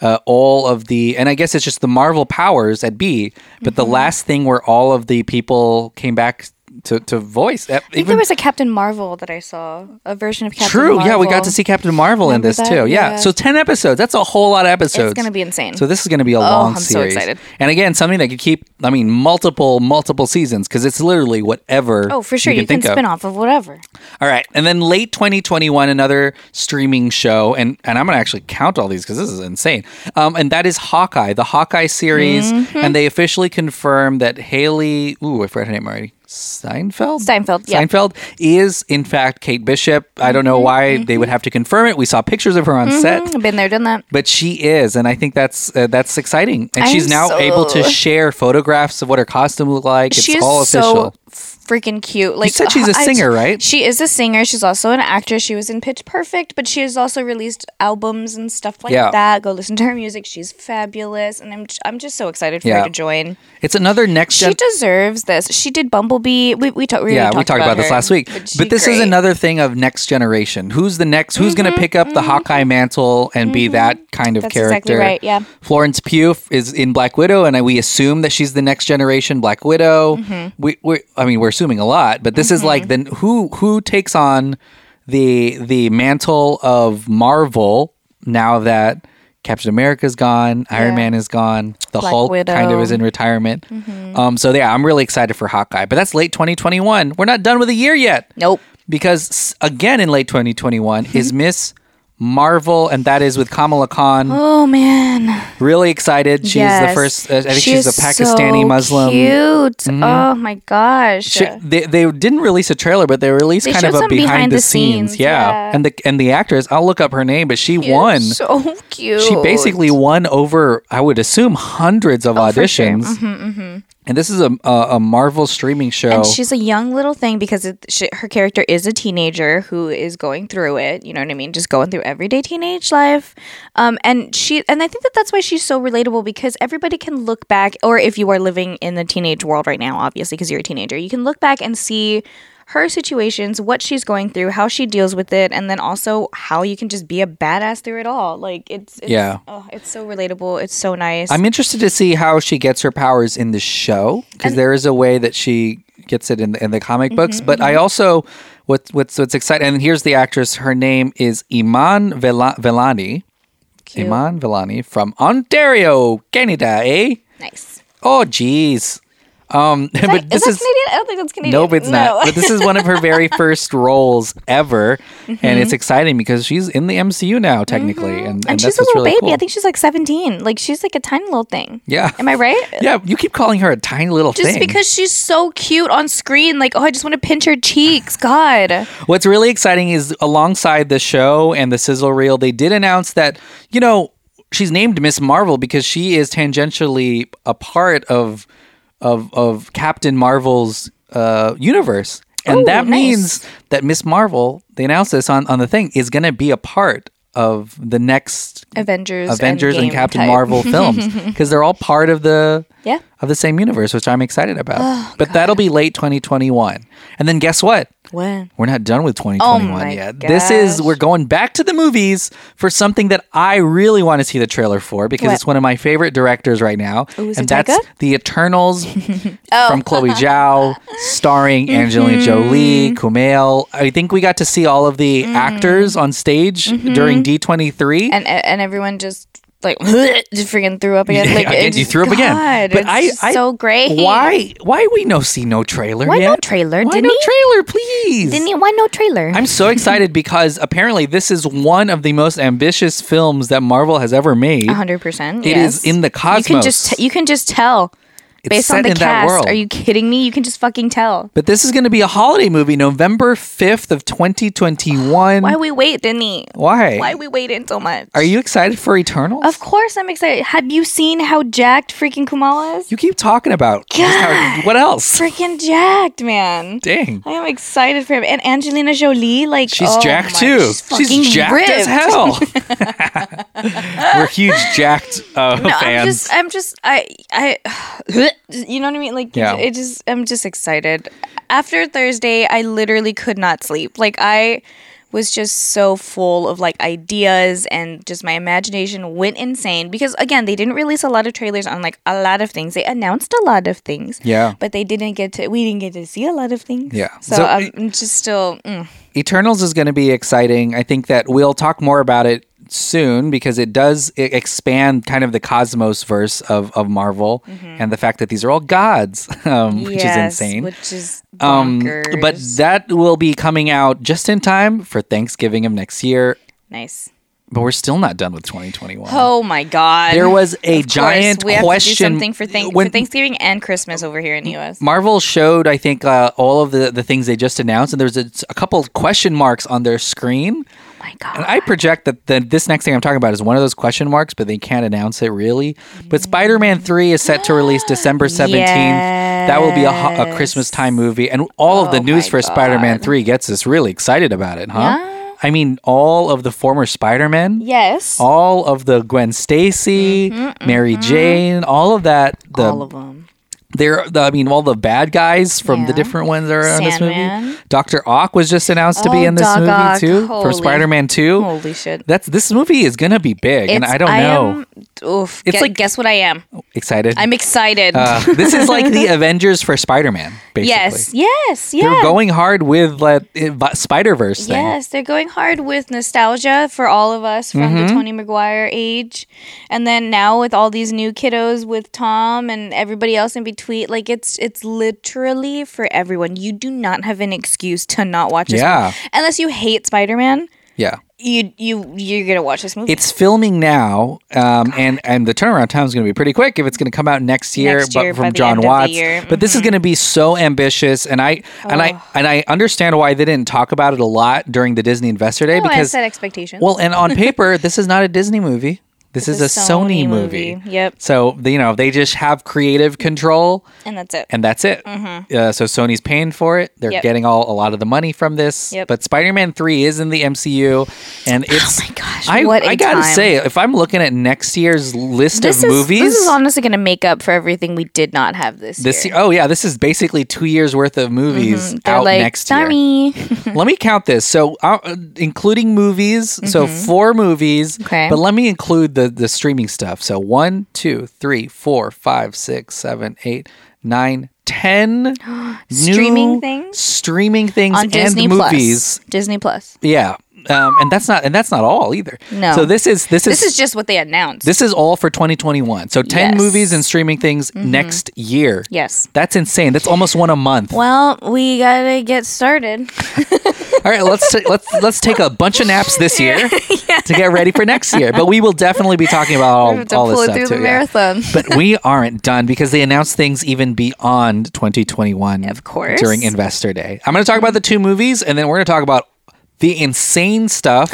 Speaker 1: uh, all of the, and I guess it's just the Marvel powers at B, but
Speaker 2: Mm-hmm.
Speaker 1: the last thing where all of the people came back to, to voice. uh,
Speaker 2: I think there was a Captain Marvel that I saw, a version of Captain
Speaker 1: True.
Speaker 2: Marvel.
Speaker 1: Yeah, we got to see Captain Marvel
Speaker 2: Remember
Speaker 1: in this
Speaker 2: that?
Speaker 1: too. Yeah.
Speaker 2: Yeah.
Speaker 1: So ten episodes. That's a whole lot of episodes.
Speaker 2: gonna be insane. Oh,
Speaker 1: So this is gonna be a long
Speaker 2: I'm so
Speaker 1: series.
Speaker 2: excited.
Speaker 1: And again, something that could keep. I mean, multiple, multiple seasons because it's literally whatever.
Speaker 2: Oh, for sure, you, can
Speaker 1: think
Speaker 2: spin
Speaker 1: of.
Speaker 2: off of whatever.
Speaker 1: All right, and then late 2021, another streaming show, and and I'm gonna actually count all these because this is insane. Um, and that is Hawkeye, the Hawkeye series,
Speaker 2: Mm-hmm.
Speaker 1: and they officially confirmed that Haley. Ooh, I forgot her name already. Seinfeld.
Speaker 2: Seinfeld, yeah. Mm-hmm,
Speaker 1: Seinfeld is in fact Kate Bishop. I don't know why they would have to confirm it. We saw pictures of her on set.
Speaker 2: I've been there, done that.
Speaker 1: But she is, and I think that's uh, that's exciting. And
Speaker 2: I'm
Speaker 1: she's now
Speaker 2: so-
Speaker 1: able to share photographs of what her costume looked like. It's
Speaker 2: she is
Speaker 1: all official.
Speaker 2: so freaking cute. Like
Speaker 1: said she's a
Speaker 2: I-
Speaker 1: singer, right?
Speaker 2: She is a singer. She's also an actress. She was in Pitch Perfect, but she has also released albums and stuff like
Speaker 1: Yeah.
Speaker 2: that. Go listen to her music. She's fabulous, and I'm j- I'm just so excited for
Speaker 1: Yeah.
Speaker 2: her to join.
Speaker 1: It's another next
Speaker 2: She
Speaker 1: gen
Speaker 2: deserves this. She did Bumblebee. We we, ta- we
Speaker 1: yeah,
Speaker 2: already
Speaker 1: we talked about, this
Speaker 2: her,
Speaker 1: last week. But,
Speaker 2: she
Speaker 1: this is
Speaker 2: great. Mm-hmm,
Speaker 1: another thing of next generation. Who's the next? Who's going to pick up the Hawkeye mantle and be that kind of
Speaker 2: That's exactly
Speaker 1: character?
Speaker 2: right, yeah.
Speaker 1: Florence Pugh f- is in Black Widow, and I- we assume that she's the next generation Black Widow.
Speaker 2: Mm-hmm.
Speaker 1: We, we, I mean, we're assuming a lot, but this is like then who who takes on the the mantle of Marvel now that. Captain America's gone, Iron
Speaker 2: Yeah.
Speaker 1: Man is gone, the
Speaker 2: Black
Speaker 1: Hulk kind of
Speaker 2: Widow.
Speaker 1: is in retirement.
Speaker 2: Mm-hmm.
Speaker 1: Um, so yeah, I'm really excited for Hawkeye, but that's late 2021. We're not done with the year yet
Speaker 2: Nope.
Speaker 1: because s- again in late 2021 is Miss Marvel, and that is with Kamala Khan.
Speaker 2: Oh man.
Speaker 1: Really excited. She's the
Speaker 2: Yes.
Speaker 1: first. Uh, I think
Speaker 2: She
Speaker 1: she's a
Speaker 2: is
Speaker 1: Pakistani
Speaker 2: so
Speaker 1: Muslim. Mm-hmm.
Speaker 2: Cute. Oh my gosh.
Speaker 1: She- they, they didn't release a trailer, but they released
Speaker 2: They
Speaker 1: kind of
Speaker 2: showed
Speaker 1: a
Speaker 2: some
Speaker 1: behind,
Speaker 2: behind
Speaker 1: the,
Speaker 2: the
Speaker 1: scenes.
Speaker 2: scenes,
Speaker 1: Yeah.
Speaker 2: yeah.
Speaker 1: and the and the actress. I'll look up her name, but she won.
Speaker 2: So cute.
Speaker 1: she basically won over, I would assume, hundreds of
Speaker 2: Oh, for sure. Mm-hmm,
Speaker 1: auditions. And this is a, a a Marvel streaming show.
Speaker 2: And she's a young little thing because it, she, her character is a teenager who is going through it. You know what I mean? Just going through everyday teenage life. Um, and she, and I think that that's why she's so relatable because everybody can look back, or if you are living in the teenage world right now, obviously because you're a teenager, you can look back and see her situations, what she's going through, how she deals with it, and then also how you can just be a badass through it all. Like it's, it's
Speaker 1: Yeah.
Speaker 2: oh, it's so relatable. It's so nice.
Speaker 1: I'm interested to see how she gets her powers in the show because there is a way that she gets it in the, in the comic books.
Speaker 2: Mm-hmm,
Speaker 1: But I also what, what's what's exciting. And here's the actress. Her name is Iman Vela, Velani. Iman Velani from Ontario, Canada. Eh?
Speaker 2: nice.
Speaker 1: Oh, jeez. Um, but
Speaker 2: Is
Speaker 1: this
Speaker 2: that
Speaker 1: is
Speaker 2: Canadian? I don't think that's Canadian.
Speaker 1: nope, it's not. But this is one of her very first roles ever, and it's exciting because she's in the MCU now, technically, and, and,
Speaker 2: Mm-hmm. and
Speaker 1: that's
Speaker 2: she's a
Speaker 1: what's
Speaker 2: little
Speaker 1: really
Speaker 2: baby.
Speaker 1: cool.
Speaker 2: I think she's like 17. Like she's like a tiny little thing.
Speaker 1: Yeah.
Speaker 2: Am I right?
Speaker 1: Yeah, you keep calling her a tiny little
Speaker 2: Just
Speaker 1: thing.
Speaker 2: because she's so cute on screen, like oh, I just want to pinch her cheeks. God,
Speaker 1: What's really exciting is alongside the show and the sizzle reel, they did announce that, you know, she's named Miss Marvel because she is tangentially a part of of of Captain Marvel's uh universe. And
Speaker 2: Ooh,
Speaker 1: that
Speaker 2: nice.
Speaker 1: means that Miss Marvel, they announced this on, on the thing, is gonna be a part of the next
Speaker 2: Avengers,
Speaker 1: Avengers and
Speaker 2: Endgame
Speaker 1: Captain
Speaker 2: type.
Speaker 1: Marvel films because they're all part of the
Speaker 2: Yeah. Oh,
Speaker 1: of the same universe, which I'm excited about. but that'll be late 2021. And then guess what?
Speaker 2: When?
Speaker 1: We're not done with 2021
Speaker 2: Oh my
Speaker 1: yet. This is
Speaker 2: gosh.
Speaker 1: we're going back to the movies for something that I really want to see the trailer for because
Speaker 2: What?
Speaker 1: it's one of my favorite directors right now,
Speaker 2: Ooh, is
Speaker 1: and
Speaker 2: it Oh. Taika?
Speaker 1: that's The Eternals from Chloe Zhao, starring
Speaker 2: Mm-hmm.
Speaker 1: Angelina Jolie, Kumail. I think we got to see all of the actors on stage during D23.
Speaker 2: Mm. Mm-hmm. And and everyone just like just freaking threw up again.
Speaker 1: Yeah,
Speaker 2: like
Speaker 1: again,
Speaker 2: it's
Speaker 1: you
Speaker 2: just-
Speaker 1: threw up again.
Speaker 2: God,
Speaker 1: But
Speaker 2: it's
Speaker 1: I-
Speaker 2: just
Speaker 1: I-
Speaker 2: so great.
Speaker 1: Why? Why we no see no trailer
Speaker 2: Why
Speaker 1: yet?
Speaker 2: no trailer?
Speaker 1: Why
Speaker 2: Didn't
Speaker 1: no
Speaker 2: he-
Speaker 1: trailer, please?
Speaker 2: Didn't he, why no trailer?
Speaker 1: I'm so excited because apparently this is one of the most ambitious films that Marvel has ever made.
Speaker 2: hundred percent.
Speaker 1: It is in the
Speaker 2: You can just
Speaker 1: cosmos.
Speaker 2: t- you can just tell
Speaker 1: It's
Speaker 2: based
Speaker 1: set
Speaker 2: on the
Speaker 1: in
Speaker 2: cast.
Speaker 1: that world.
Speaker 2: Are you kidding me? You can just fucking tell.
Speaker 1: But this is going to be a holiday movie, November 5th of 2021.
Speaker 2: Why we wait, didn't he?
Speaker 1: Why?
Speaker 2: Why we waiting so much?
Speaker 1: Mm. Are you excited for Eternals?
Speaker 2: Of course, I'm excited. Have you seen how jacked freaking Kumail is?
Speaker 1: you keep talking about just how- what else?
Speaker 2: freaking jacked, man.
Speaker 1: Dang.
Speaker 2: I am excited for him. And Angelina Jolie, like
Speaker 1: She's
Speaker 2: oh
Speaker 1: jacked
Speaker 2: my-
Speaker 1: too.
Speaker 2: She's, fucking
Speaker 1: jacked
Speaker 2: ripped.
Speaker 1: as hell. We're huge jacked uh,
Speaker 2: No,
Speaker 1: fans.
Speaker 2: I'm just, I'm just, I, I, you know what I mean? Like,
Speaker 1: Yeah.
Speaker 2: it just, I'm just excited. After Thursday, I literally could not sleep. Like, I was just so full of like ideas and just my imagination went insane because again they didn't release a lot of trailers on like a lot of things they announced a lot of things
Speaker 1: Yeah.
Speaker 2: but they didn't get to we didn't get to see a lot of things
Speaker 1: Yeah.
Speaker 2: so,
Speaker 1: So-
Speaker 2: I'm, I'm just still mm.
Speaker 1: Eternals is going to be exciting. I think that we'll talk more about it soon because it does e- expand kind of the cosmos verse of, of Marvel and the fact that these are all gods, um, which is
Speaker 2: Mm-hmm. Yes,
Speaker 1: insane.
Speaker 2: which is
Speaker 1: um,
Speaker 2: bonkers.
Speaker 1: but that will be coming out just in time for Thanksgiving of next year.
Speaker 2: nice
Speaker 1: But we're still not done with 2021.
Speaker 2: Oh my god.
Speaker 1: There was a
Speaker 2: Of course,
Speaker 1: giant
Speaker 2: we have
Speaker 1: question.
Speaker 2: to do something for, thank-
Speaker 1: when-
Speaker 2: for Thanksgiving and Christmas over here in the US.
Speaker 1: Marvel showed, I think, uh, all of the, the things they just announced, and there's a, a couple question marks on their screen.
Speaker 2: Oh my god.
Speaker 1: And I project that the, this next thing I'm talking about is one of those question marks, but they can't announce it really. But Spider Man 3 is set to release December 17th. That will be a, ho- a Christmas time movie. And all of the
Speaker 2: Oh
Speaker 1: news
Speaker 2: my
Speaker 1: for Spider Man 3 gets us really excited about it, huh? I mean, all of the former Spider Men,
Speaker 2: yes. Mm-hmm,
Speaker 1: all of the Gwen Stacy, Mary Jane, all of that. The,
Speaker 2: all of them.
Speaker 1: they're the, I mean, all the bad guys from the
Speaker 2: Yeah.
Speaker 1: different ones are in this movie.
Speaker 2: Sandman.
Speaker 1: Doctor Ock was just announced to be
Speaker 2: Oh,
Speaker 1: in this
Speaker 2: Doc
Speaker 1: movie
Speaker 2: Ock.
Speaker 1: too, from
Speaker 2: Holy-
Speaker 1: Spider-Man Two.
Speaker 2: Holy shit.
Speaker 1: That's this movie is gonna be big, and
Speaker 2: It's-
Speaker 1: I don't know.
Speaker 2: Am, oof.
Speaker 1: It's
Speaker 2: It's
Speaker 1: like-
Speaker 2: like guess what I am.
Speaker 1: Excited.
Speaker 2: I'm excited.
Speaker 1: uh, this is like the Avengers for Spider-Man, basically.
Speaker 2: yes. Yes. Yeah.
Speaker 1: They're going hard with like Spider Verse thing.
Speaker 2: Yes, they're going hard with nostalgia for all of us from the Tony Maguire age. And then now with all these new kiddos with Tom and everybody else in between, like it's it's literally for everyone. You do not have an excuse to not watch this
Speaker 1: Yeah.
Speaker 2: movie. Unless you hate Spider-Man,
Speaker 1: Yeah.
Speaker 2: you you you're going to watch this movie.
Speaker 1: It's filming now, um, and and the turnaround time is going to be pretty quick if it's going to come out next year,
Speaker 2: Next year,
Speaker 1: but from
Speaker 2: by the
Speaker 1: John
Speaker 2: end of the
Speaker 1: Watts.
Speaker 2: year. Mm-hmm. Oh.
Speaker 1: But this is going to be so ambitious, and I and I and I understand why they didn't talk about it a lot during the Disney Investor Day
Speaker 2: Oh, I
Speaker 1: because
Speaker 2: set expectations.
Speaker 1: well, and on paper, this is not a Disney movie. This is
Speaker 2: It's
Speaker 1: a,
Speaker 2: a
Speaker 1: Sony,
Speaker 2: Sony
Speaker 1: movie.
Speaker 2: movie. Yep.
Speaker 1: So they- you know they just have creative control,
Speaker 2: and that's it.
Speaker 1: and that's it. Uh, so Sony's paying for it. They're
Speaker 2: Mm-hmm. Yep.
Speaker 1: getting all a lot of the money from this.
Speaker 2: Yep.
Speaker 1: But Spider-Man Three is in the MCU, and it's.
Speaker 2: my gosh.
Speaker 1: I,
Speaker 2: what a
Speaker 1: I gotta
Speaker 2: time.
Speaker 1: say, if I'm looking at next year's list
Speaker 2: this is,
Speaker 1: of movies,
Speaker 2: this is honestly going to make up for everything we did not have this,
Speaker 1: this-
Speaker 2: year. Mm-hmm.
Speaker 1: oh yeah, this is basically two years worth of movies
Speaker 2: They're
Speaker 1: out
Speaker 2: like,
Speaker 1: next year.
Speaker 2: sorry.
Speaker 1: let me count this. So, uh, including movies, so four movies.
Speaker 2: Mm-hmm. Okay.
Speaker 1: But let me include the the streaming stuff. So one, two, three, four, five, six, seven, eight, nine, ten
Speaker 2: Streaming
Speaker 1: new
Speaker 2: things?
Speaker 1: streaming things,
Speaker 2: on
Speaker 1: and
Speaker 2: Disney
Speaker 1: movies.
Speaker 2: Plus. Disney Plus.
Speaker 1: Yeah, um, and that's not and that's not all either.
Speaker 2: No.
Speaker 1: So this is this is
Speaker 2: This is just what they announced.
Speaker 1: this is all for 2021. So 10
Speaker 2: Yes. Mm-hmm.
Speaker 1: movies and streaming things next year.
Speaker 2: yes.
Speaker 1: That's insane. That's almost one a month.
Speaker 2: Well, we gotta get started.
Speaker 1: All right, let's ta- let's let's take a bunch of naps this year to get ready for next year. But we will definitely be talking about all,
Speaker 2: We have to
Speaker 1: all this
Speaker 2: pull it
Speaker 1: stuff
Speaker 2: through
Speaker 1: too.
Speaker 2: the
Speaker 1: yeah.
Speaker 3: Um,
Speaker 2: marathon.
Speaker 1: but we aren't done because they announced things even beyond 2021.
Speaker 2: Of course.
Speaker 1: during Investor Day. I'm going to talk about the two movies, and
Speaker 3: Oh
Speaker 1: then we're going to talk about the insane stuff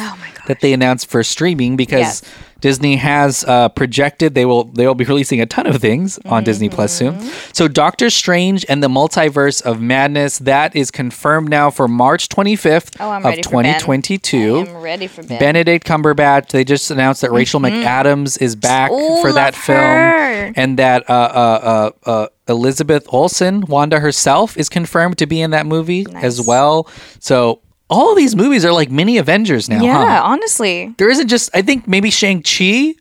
Speaker 1: that they announced for streaming because
Speaker 2: Yes.
Speaker 1: Disney has uh, projected they will they will be releasing a ton of things on Disney Plus
Speaker 3: Mm-hmm.
Speaker 1: soon. So Doctor Strange and the Multiverse of Madness that is confirmed now for March 25th
Speaker 3: Oh, I'm
Speaker 1: of
Speaker 3: ready for Ben.
Speaker 1: 2022.
Speaker 3: I'm ready for Ben.
Speaker 1: Benedict Cumberbatch. They just announced that Rachel McAdams is back
Speaker 3: Mm-hmm. Ooh,
Speaker 1: for that
Speaker 3: love
Speaker 1: film,
Speaker 3: her.
Speaker 1: and that uh, uh, uh, uh, Elizabeth Olsen, Wanda herself, is confirmed to be in that movie as well. So all of these movies are like mini Avengers now.
Speaker 2: Yeah,
Speaker 1: huh?
Speaker 2: honestly.
Speaker 1: there isn't just I think maybe Shang Chi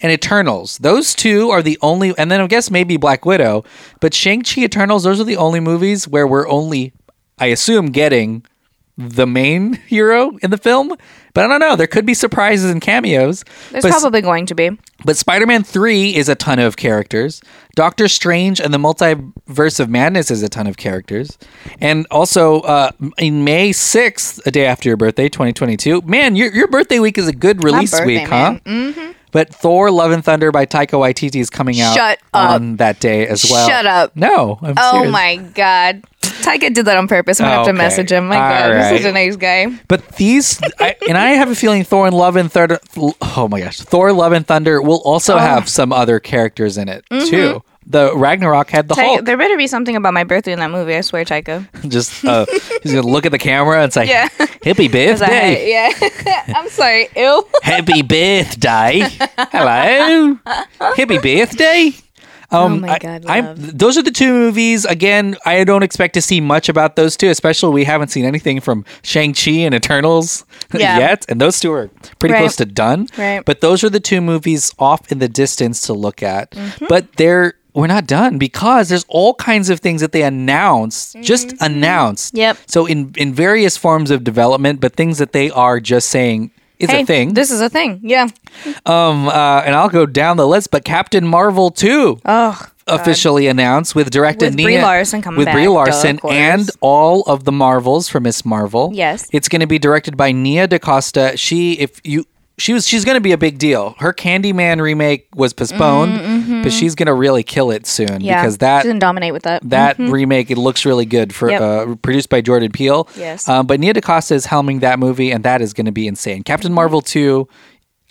Speaker 1: and Eternals. Those two are the only, and then I guess maybe Black Widow, but Shang Chi Eternals. Those are the only movies where we're only, I assume, getting the main hero in the film. But I don't know. There could be surprises and cameos.
Speaker 2: There's
Speaker 1: but,
Speaker 2: probably going to be.
Speaker 1: but Spider-Man Three is a ton of characters. Doctor Strange and the Multiverse of Madness is a ton of characters, and also uh, in May sixth, a day after your birthday, 2022. Man, your your birthday week is a good release
Speaker 3: birthday,
Speaker 1: week, huh? Mm-hmm. But Thor: Love and Thunder by Taika Waititi is coming out
Speaker 2: Shut up.
Speaker 1: on that day as well.
Speaker 2: Shut up.
Speaker 1: No, I'm
Speaker 2: Oh
Speaker 1: serious.
Speaker 2: my god. Tyga did that on purpose. I'm gonna have
Speaker 1: Okay.
Speaker 2: to message him. My god,
Speaker 1: All
Speaker 2: this
Speaker 1: right.
Speaker 2: is a nice guy.
Speaker 1: But these, I, and I have a feeling Thor and Love and Thunder. Oh my gosh, Thor, Love and Thunder will
Speaker 2: Oh.
Speaker 1: also have some other characters in it
Speaker 2: Mm-hmm.
Speaker 1: too. The Ragnarok had the
Speaker 2: Tyga,
Speaker 1: Hulk.
Speaker 2: there better be something about my birthday in that movie, I swear, Tyga.
Speaker 1: Just uh, he's gonna look at the camera and say,
Speaker 2: Yeah.
Speaker 1: "Happy
Speaker 2: Is that
Speaker 1: birthday,
Speaker 2: it? yeah. I'm sorry. Ew.
Speaker 1: happy birthday, hello, happy birthday." Um,
Speaker 2: Oh my God,
Speaker 1: I, am those are the two movies. Again, I don't expect to see much about those two, especially we haven't seen anything from Shang Chi and Eternals
Speaker 2: Yeah.
Speaker 1: yet, and those two are pretty
Speaker 2: Right.
Speaker 1: close to done.
Speaker 2: Right.
Speaker 1: But those are the two movies off in the distance to look at.
Speaker 2: Mm-hmm.
Speaker 1: But they're we're not done because there's all kinds of things that they announced, just announced.
Speaker 2: Mm-hmm. Yep.
Speaker 1: So in in various forms of development, but things that they are just saying is
Speaker 2: Hey,
Speaker 1: a thing.
Speaker 2: This is a thing. Yeah.
Speaker 1: um, uh, and I'll go down the list. But Captain Marvel two
Speaker 2: Oh.
Speaker 1: officially announced with director
Speaker 2: With
Speaker 1: Nia,
Speaker 2: Brie Larson coming
Speaker 1: with Brie
Speaker 2: back, duh, of
Speaker 1: Larson
Speaker 2: course.
Speaker 1: and all of the Marvels for Miss Marvel.
Speaker 2: Yes.
Speaker 1: it's going to be directed by Nia DaCosta. She, if you. She was. She's going to be a big deal. Her Candyman remake was postponed, but she's going to really kill it soon
Speaker 2: Mm-hmm, Yeah.
Speaker 1: because that
Speaker 2: she didn't dominate with that.
Speaker 1: that remake it looks really good for
Speaker 2: Mm-hmm. Yep.
Speaker 1: uh, produced by Jordan Peele.
Speaker 2: Yes.
Speaker 1: um, but Nia DaCosta is helming that movie, and that is going to be insane.
Speaker 2: Mm-hmm.
Speaker 1: Captain Marvel two,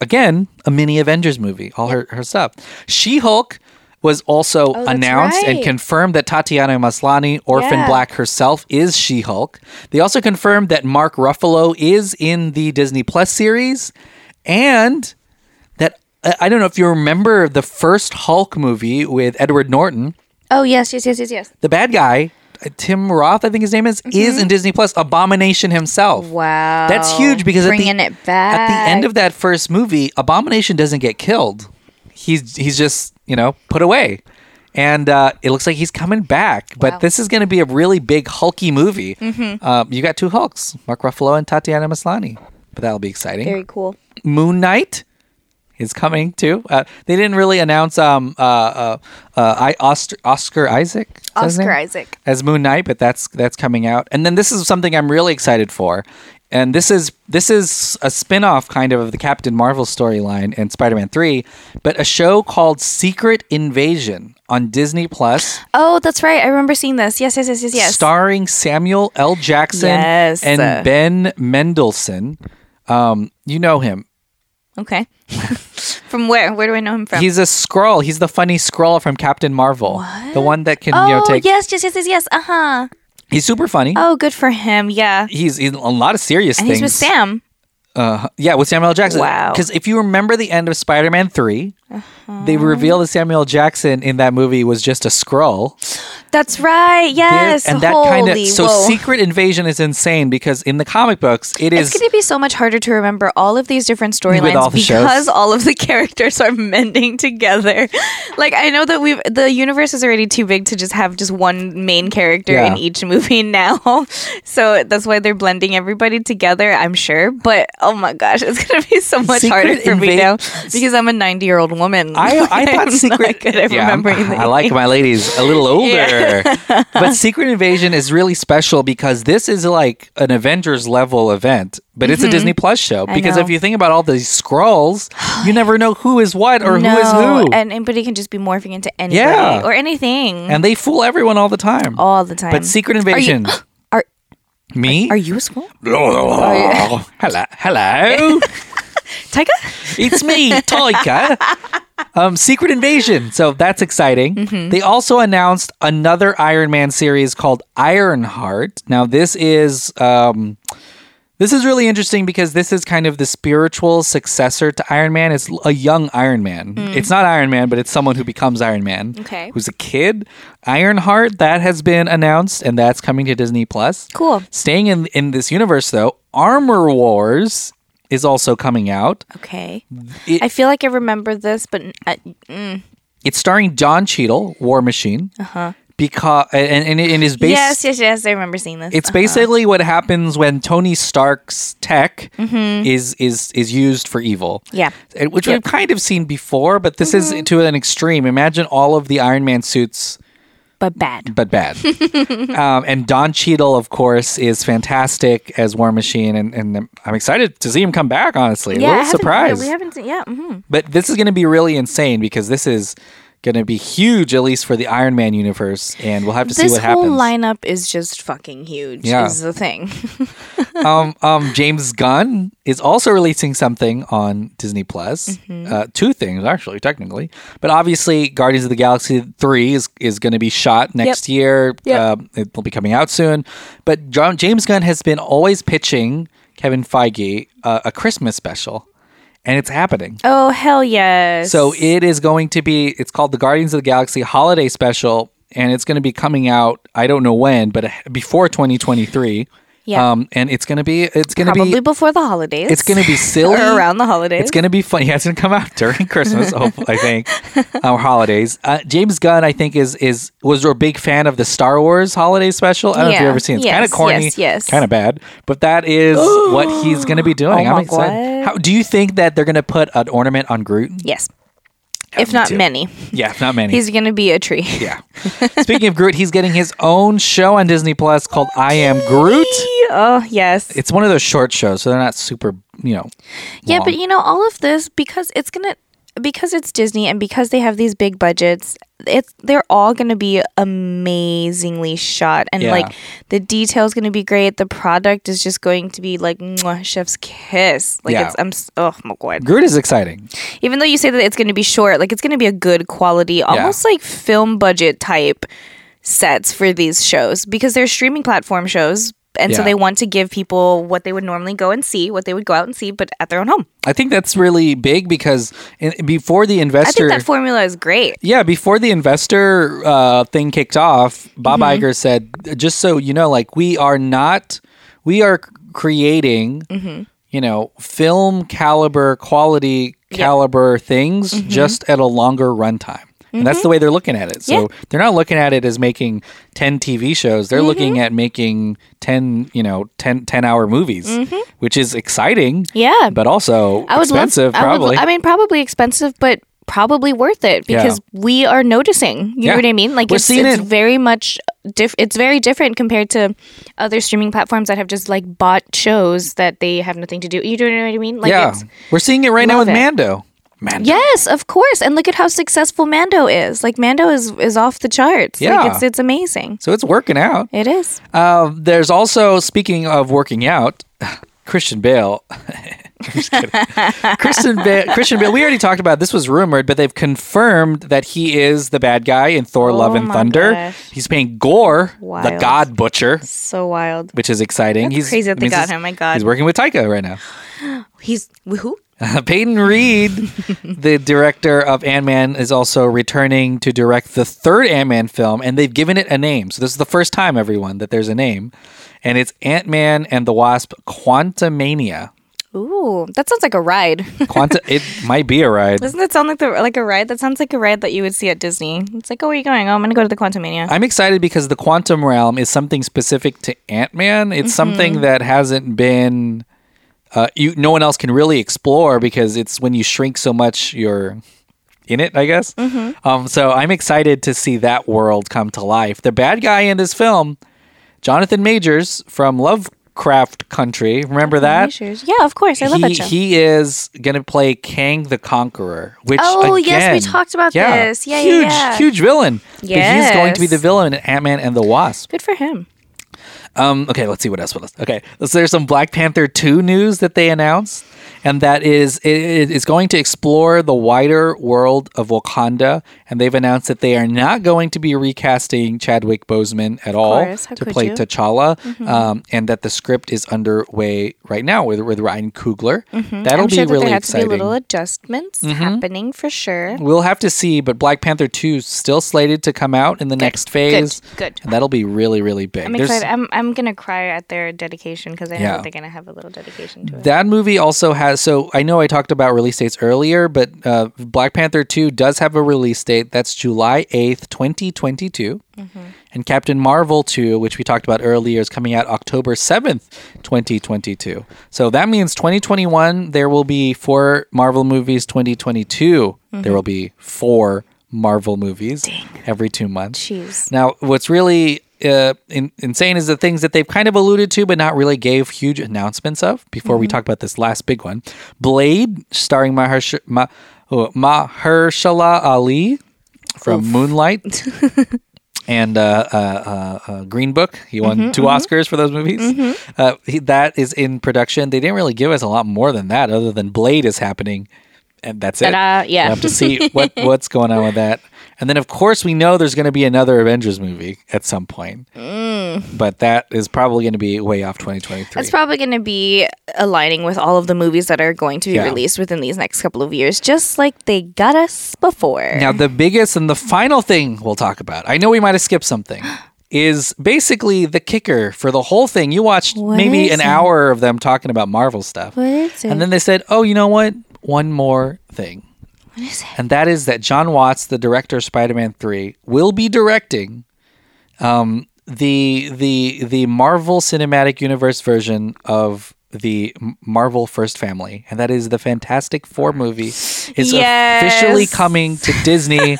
Speaker 1: again a mini Avengers movie. All her her stuff. She Hulk was also
Speaker 2: Oh, that's
Speaker 1: announced and
Speaker 2: right.
Speaker 1: confirmed that Tatiana Maslany, Orphan
Speaker 2: Yeah.
Speaker 1: Black herself, is She Hulk. They also confirmed that Mark Ruffalo is in the Disney Plus series, and that. I- I don't know if you remember the first Hulk movie with Edward Norton
Speaker 2: Oh yes, yes, yes, yes, yes.
Speaker 1: the bad guy, Tim Roth, I think his name is, is in Disney Plus. Abomination himself.
Speaker 2: Mm-hmm. Wow.
Speaker 1: That's huge because at the-
Speaker 2: bringing it back
Speaker 1: At the end of that first movie, Abomination doesn't get killed. He's he's just you know put away, and uh, it looks like he's coming back. But this is going to be a really big hulky movie.
Speaker 2: Mm-hmm.
Speaker 1: Uh, you got two Hulks, Mark Ruffalo and Tatiana Maslany. But that'll be exciting.
Speaker 2: very cool.
Speaker 1: Moon Knight is coming too. Uh, they didn't really announce um uh uh, uh I Oster, Oscar Isaac is that his
Speaker 2: Oscar
Speaker 1: name?
Speaker 2: Isaac.
Speaker 1: as Moon Knight, but that's that's coming out. And then this is something I'm really excited for. And this is this is a spin-off kind of of the Captain Marvel storyline and Spider-Man 3, but a show called Secret Invasion on Disney Plus
Speaker 2: Oh, that's right. I remember seeing this. Yes, yes, yes, yes, yes.
Speaker 1: starring Samuel L. Jackson
Speaker 2: Yes.
Speaker 1: and Ben Mendelsohn. Um, you know him.
Speaker 2: okay. from where? Where do I know him from?
Speaker 1: He's a scroll. He's the funny scroll from Captain Marvel. The one that can, you know,
Speaker 2: oh
Speaker 1: take.
Speaker 2: yes, yes, yes, yes, yes. Uh huh.
Speaker 1: He's super funny.
Speaker 2: Oh, good for him. Yeah.
Speaker 1: He's in a lot of serious
Speaker 2: And
Speaker 1: things.
Speaker 2: he's with Sam.
Speaker 1: Uh, yeah, with Samuel L. Jackson.
Speaker 2: Wow. Uh-huh.
Speaker 1: Because if you remember the end of Spider Man 3, they reveal that Samuel L. Jackson in that movie was just a scroll.
Speaker 2: That's right. Yes.
Speaker 1: and that
Speaker 2: Holy,
Speaker 1: kind of. So
Speaker 2: whoa.
Speaker 1: Secret Invasion is insane because in the comic books, it
Speaker 2: It's
Speaker 1: is.
Speaker 2: going to be so much harder to remember all of these different
Speaker 1: all
Speaker 2: storylines
Speaker 1: the shows.
Speaker 2: because all of the characters are mending together. Like I know that we've the universe is already too big to just have just one main character
Speaker 1: Yeah.
Speaker 2: in each movie now. So that's why they're blending everybody together, I'm sure. But oh my gosh, it's going to be so much
Speaker 1: Secret
Speaker 2: harder for me
Speaker 1: inva-
Speaker 2: now because I'm a 90-year-old woman.
Speaker 1: I, I
Speaker 2: I'm
Speaker 1: thought
Speaker 2: not
Speaker 1: Secret.
Speaker 2: good at
Speaker 1: Yeah, I'm-
Speaker 2: remembering
Speaker 1: I like my ladies a little older. but Secret Invasion is really special because this is like an Avengers level event, but it's a Disney Plus show. Because
Speaker 2: Mm-hmm. know.
Speaker 1: if you think about all these scrolls, you never know who is what or
Speaker 2: no,
Speaker 1: who is who. And,
Speaker 2: and anybody can just be morphing into anybody
Speaker 1: Yeah.
Speaker 2: or anything
Speaker 1: they fool everyone all the time.
Speaker 2: all the time.
Speaker 1: But Secret Invasion.
Speaker 2: are-
Speaker 1: me?
Speaker 2: Are you a squirrel?
Speaker 1: hello. Hello.
Speaker 2: Taika?
Speaker 1: It's me, Toika. Um, Secret Invasion. So that's exciting. They also announced another Iron Man series called Ironheart. Now this is um, this is really interesting because this is kind of the spiritual successor to Iron Man. It's a young Iron Man. It's not Iron Man, but it's someone who becomes Iron Man.
Speaker 2: Okay.
Speaker 1: Who's a kid. Ironheart that has been announced and that's coming to Disney Plus.
Speaker 2: Cool.
Speaker 1: Staying in in this universe though, Armor Wars is also coming out.
Speaker 2: Okay.
Speaker 1: It-
Speaker 2: I feel like I remember this, but uh, mm.
Speaker 1: It's starring John Cheadle, War Machine. Uh-huh. Because and, and it and is based
Speaker 2: yes, Uh-huh. yes, yes, I remember seeing this.
Speaker 1: it's basically what happens when Tony Stark's tech is is is used for evil.
Speaker 2: Mm-hmm. Yeah. Mm-hmm.
Speaker 1: And- Which we've kind of seen before, but this is to an extreme. Imagine all of the Iron Man suits
Speaker 2: but bad.
Speaker 1: but bad. um, and Don Cheadle, of course, is fantastic as War Machine, and, and I'm excited to see him come back. Honestly, a
Speaker 2: I
Speaker 1: little
Speaker 2: haven't-
Speaker 1: surprised.
Speaker 2: We haven't seen. Yeah. mhm.
Speaker 1: But this is going to be really insane because this is going to be huge, at least for the Iron Man universe, and we'll have to see
Speaker 2: This
Speaker 1: what
Speaker 2: whole
Speaker 1: happens.
Speaker 2: lineup is just fucking huge.
Speaker 1: Yeah.
Speaker 2: Is the thing.
Speaker 1: um, um, James Gunn is also releasing something on Disney Plus.
Speaker 2: Mm-hmm.
Speaker 1: Uh, two things, actually, technically. But obviously, Guardians of the Galaxy Three is is going to be shot next year.
Speaker 2: Yep.
Speaker 1: Um, it will be coming out soon. But John, James Gunn has been always pitching Kevin Feige uh, a Christmas special, and it's happening.
Speaker 2: oh hell yes.
Speaker 1: So it is going to be. It's called the Guardians of the Galaxy Holiday Special, and it's going to be coming out. I don't know when, but before 2023.
Speaker 2: Yeah.
Speaker 1: Um, and it's going to be. It's going to
Speaker 2: probably
Speaker 1: be.
Speaker 2: before the holidays.
Speaker 1: It's going to be silly
Speaker 2: or around the holidays.
Speaker 1: It's going to be funny. Yeah, it's going to come out during Christmas, hopefully, I think, or holidays. Uh, James Gunn, I think, is is was a big fan of the Star Wars holiday special. I don't know if you've
Speaker 2: Yeah.
Speaker 1: ever seen. it. It's
Speaker 2: Yes,
Speaker 1: kind of corny,
Speaker 2: yes, yes.
Speaker 1: kind of bad, but that is what he's going to be doing.
Speaker 2: Oh
Speaker 1: I'm
Speaker 2: my
Speaker 1: excited.
Speaker 2: God.
Speaker 1: How do you think that they're going to put an ornament on Groot?
Speaker 2: yes. If not
Speaker 1: too.
Speaker 2: many,
Speaker 1: Yeah, not many.
Speaker 2: he's going to be a tree.
Speaker 1: Yeah. Speaking of Groot, he's getting his own show on Disney Plus called I Am Groot.
Speaker 2: oh yes.
Speaker 1: It's one of those short shows, so they're not super, you know.
Speaker 2: Yeah,
Speaker 1: long.
Speaker 2: but you know, all of this because it's gonna because it's Disney and because they have these big budgets, it's they're all gonna be amazingly shot and
Speaker 1: Yeah.
Speaker 2: like the detail's gonna be great. The product is just going to be like mwah, chef's kiss. Like
Speaker 1: Yeah.
Speaker 2: it's I'm s- oh my god.
Speaker 1: Groot is exciting.
Speaker 2: Even though you say that it's gonna be short, like it's gonna be a good quality, almost like film budget type sets for these shows because they're streaming platform shows. And so
Speaker 1: Yeah.
Speaker 2: they want to give people what they would normally go and see, what they would go out and see, but at their own home.
Speaker 1: I think that's really big because in, before the
Speaker 2: I
Speaker 1: investor.
Speaker 2: think that formula is great.
Speaker 1: yeah, before the investor uh, thing kicked off, Bob
Speaker 2: Mm-hmm.
Speaker 1: Iger said, just so you know, like, we are not, we are creating,
Speaker 2: Mm-hmm.
Speaker 1: you know, film caliber, quality caliber things
Speaker 2: Mm-hmm.
Speaker 1: just at a longer runtime. And that's the way they're looking at it. So
Speaker 2: Yeah. Mm-hmm.
Speaker 1: they're not looking at it as making 10 TV shows. They're looking at making 10, you know, 10, 10 hour movies, which is exciting.
Speaker 2: Yeah.
Speaker 1: But also
Speaker 2: Mm-hmm. I would
Speaker 1: expensive,
Speaker 2: love,
Speaker 1: probably.
Speaker 2: I, would, I mean, probably expensive, but probably worth it
Speaker 1: Yeah.
Speaker 2: because we are noticing. You
Speaker 1: Yeah.
Speaker 2: know what I mean? Like
Speaker 1: We're
Speaker 2: it's,
Speaker 1: seeing
Speaker 2: it's
Speaker 1: it.
Speaker 2: very much diff- It's very different compared to other streaming platforms that have just like bought shows that they have nothing to do. You know what I mean? Like
Speaker 1: yeah.
Speaker 2: it's-
Speaker 1: We're seeing it right now
Speaker 2: Love
Speaker 1: with
Speaker 2: it.
Speaker 1: Mando. Mando.
Speaker 2: Yes, of course. And look at how successful Mando is. Like Mando is is off the charts.
Speaker 1: Yeah.
Speaker 2: Like it's it's amazing.
Speaker 1: So it's working out.
Speaker 2: It is.
Speaker 1: Uh, there's also, speaking of working out, Christian Bale. I'm just kidding. Christian Bale. Christian Bale. We already talked about this was rumored, but they've confirmed that he is the bad guy in Thor: Love and
Speaker 2: Oh my
Speaker 1: Thunder.
Speaker 2: gosh.
Speaker 1: He's playing Gore, the
Speaker 2: Wild.
Speaker 1: God Butcher,
Speaker 2: So wild.
Speaker 1: which is exciting. he's
Speaker 2: crazy that they
Speaker 1: means
Speaker 2: got
Speaker 1: he's-
Speaker 2: him, my God.
Speaker 1: he's working with Taika right now.
Speaker 2: He's who?
Speaker 1: Peyton Reed, the director of Ant Man, is also returning to direct the third Ant Man film, and they've given it a name. So this is the first time, everyone, that there's a name, and it's Ant Man and the Wasp: Quantumania.
Speaker 2: Ooh, that sounds like a ride.
Speaker 1: Quanta. it might be a ride.
Speaker 2: Doesn't that sound like the like a ride? That sounds like a ride that you would see at Disney. It's like, oh, where are you going? Oh, I'm gonna go to the Quantum Mania.
Speaker 1: I'm excited because the quantum realm is something specific to Ant Man. It's something that hasn't been. Uh, you no one else can really explore because it's when you shrink so much you're in it, I guess. Um, so I'm excited to see that world come to life. The bad guy in this film, Jonathan Majors from Lovecraft Country. Remember that?
Speaker 2: Yeah, of course. I love
Speaker 1: he,
Speaker 2: that show.
Speaker 1: he is gonna play Kang the Conqueror, which
Speaker 2: Oh, yes, we
Speaker 1: again-
Speaker 2: talked about this. Yeah, yeah,
Speaker 1: huge,
Speaker 2: yeah.
Speaker 1: huge villain. But he's going to be the
Speaker 2: Yes.
Speaker 1: villain in Ant Man and the Wasp.
Speaker 2: Good for him.
Speaker 1: Um, okay, let's see what else. What else? Okay, so there's some Black Panther two news that they announced, and that is it is going to explore the wider world of Wakanda, and they've announced that they are not going to be recasting Chadwick Boseman at all
Speaker 2: course, how
Speaker 1: to
Speaker 2: could
Speaker 1: play
Speaker 2: you? Mm-hmm.
Speaker 1: T'Challa, um, and that the script is underway right now with with Ryan Coogler. That'll
Speaker 2: Mm-hmm. I'm
Speaker 1: be
Speaker 2: sure that
Speaker 1: really
Speaker 2: there had
Speaker 1: exciting. Mm-hmm.
Speaker 2: to be little adjustments happening for sure.
Speaker 1: We'll have to see, but Black Panther 2 is still slated to come out in the next phase.
Speaker 2: good.
Speaker 1: And that'll be really, really big.
Speaker 2: I'm
Speaker 1: There's-
Speaker 2: excited. I'm, I'm gonna cry at their dedication because I know
Speaker 1: Yeah.
Speaker 2: that they're gonna have a little dedication to it.
Speaker 1: That movie also has, so I know I talked about release dates earlier, but uh, Black Panther 2 does have a release date. That's July 8th, 2022.
Speaker 2: Mm-hmm.
Speaker 1: And Captain Marvel 2, which we talked about earlier, is coming out October 7th, 2022. So that means 2021, there will be four Marvel movies. 2022,
Speaker 2: Mm-hmm.
Speaker 1: there will be four Marvel movies every two months.
Speaker 2: Jeez.
Speaker 1: Now, what's really uh, in, insane is the things that they've kind of alluded to, but not really gave huge announcements of. Before we talk about this last big one, Blade, starring Mahersh- Ma- oh, Mahershala Ali from Moonlight and uh, uh, uh, uh, Green Book. He won 2 Oscars for those movies. Uh, he, that is in production. They didn't really give us a lot more than that, other than Blade is happening, and that's it.
Speaker 2: Ta-da, yeah.
Speaker 1: We'll have to see what what's going on with that. And then, of course, we know there's going to be another Avengers movie at some point, but that is probably going to be way off 2023.
Speaker 2: That's probably going to be aligning with all of the movies that are going to be
Speaker 1: Yeah.
Speaker 2: released within these next couple of years, just like they got us before.
Speaker 1: Now, the biggest and the final thing we'll talk about, I know we might have skipped something, is basically the kicker for the whole thing. You watched
Speaker 2: What
Speaker 1: maybe
Speaker 2: is
Speaker 1: an
Speaker 2: it?
Speaker 1: hour of them talking about Marvel stuff.
Speaker 2: What is it?
Speaker 1: And then they said, oh, you know what? One more thing.
Speaker 2: what is it?
Speaker 1: And that is that John Watts, the director of Spider Man 3, will be directing um, the, the, the Marvel Cinematic Universe version of the M- Marvel First Family. And that is the Fantastic Four movie is officially
Speaker 2: Yes.
Speaker 1: coming to Disney,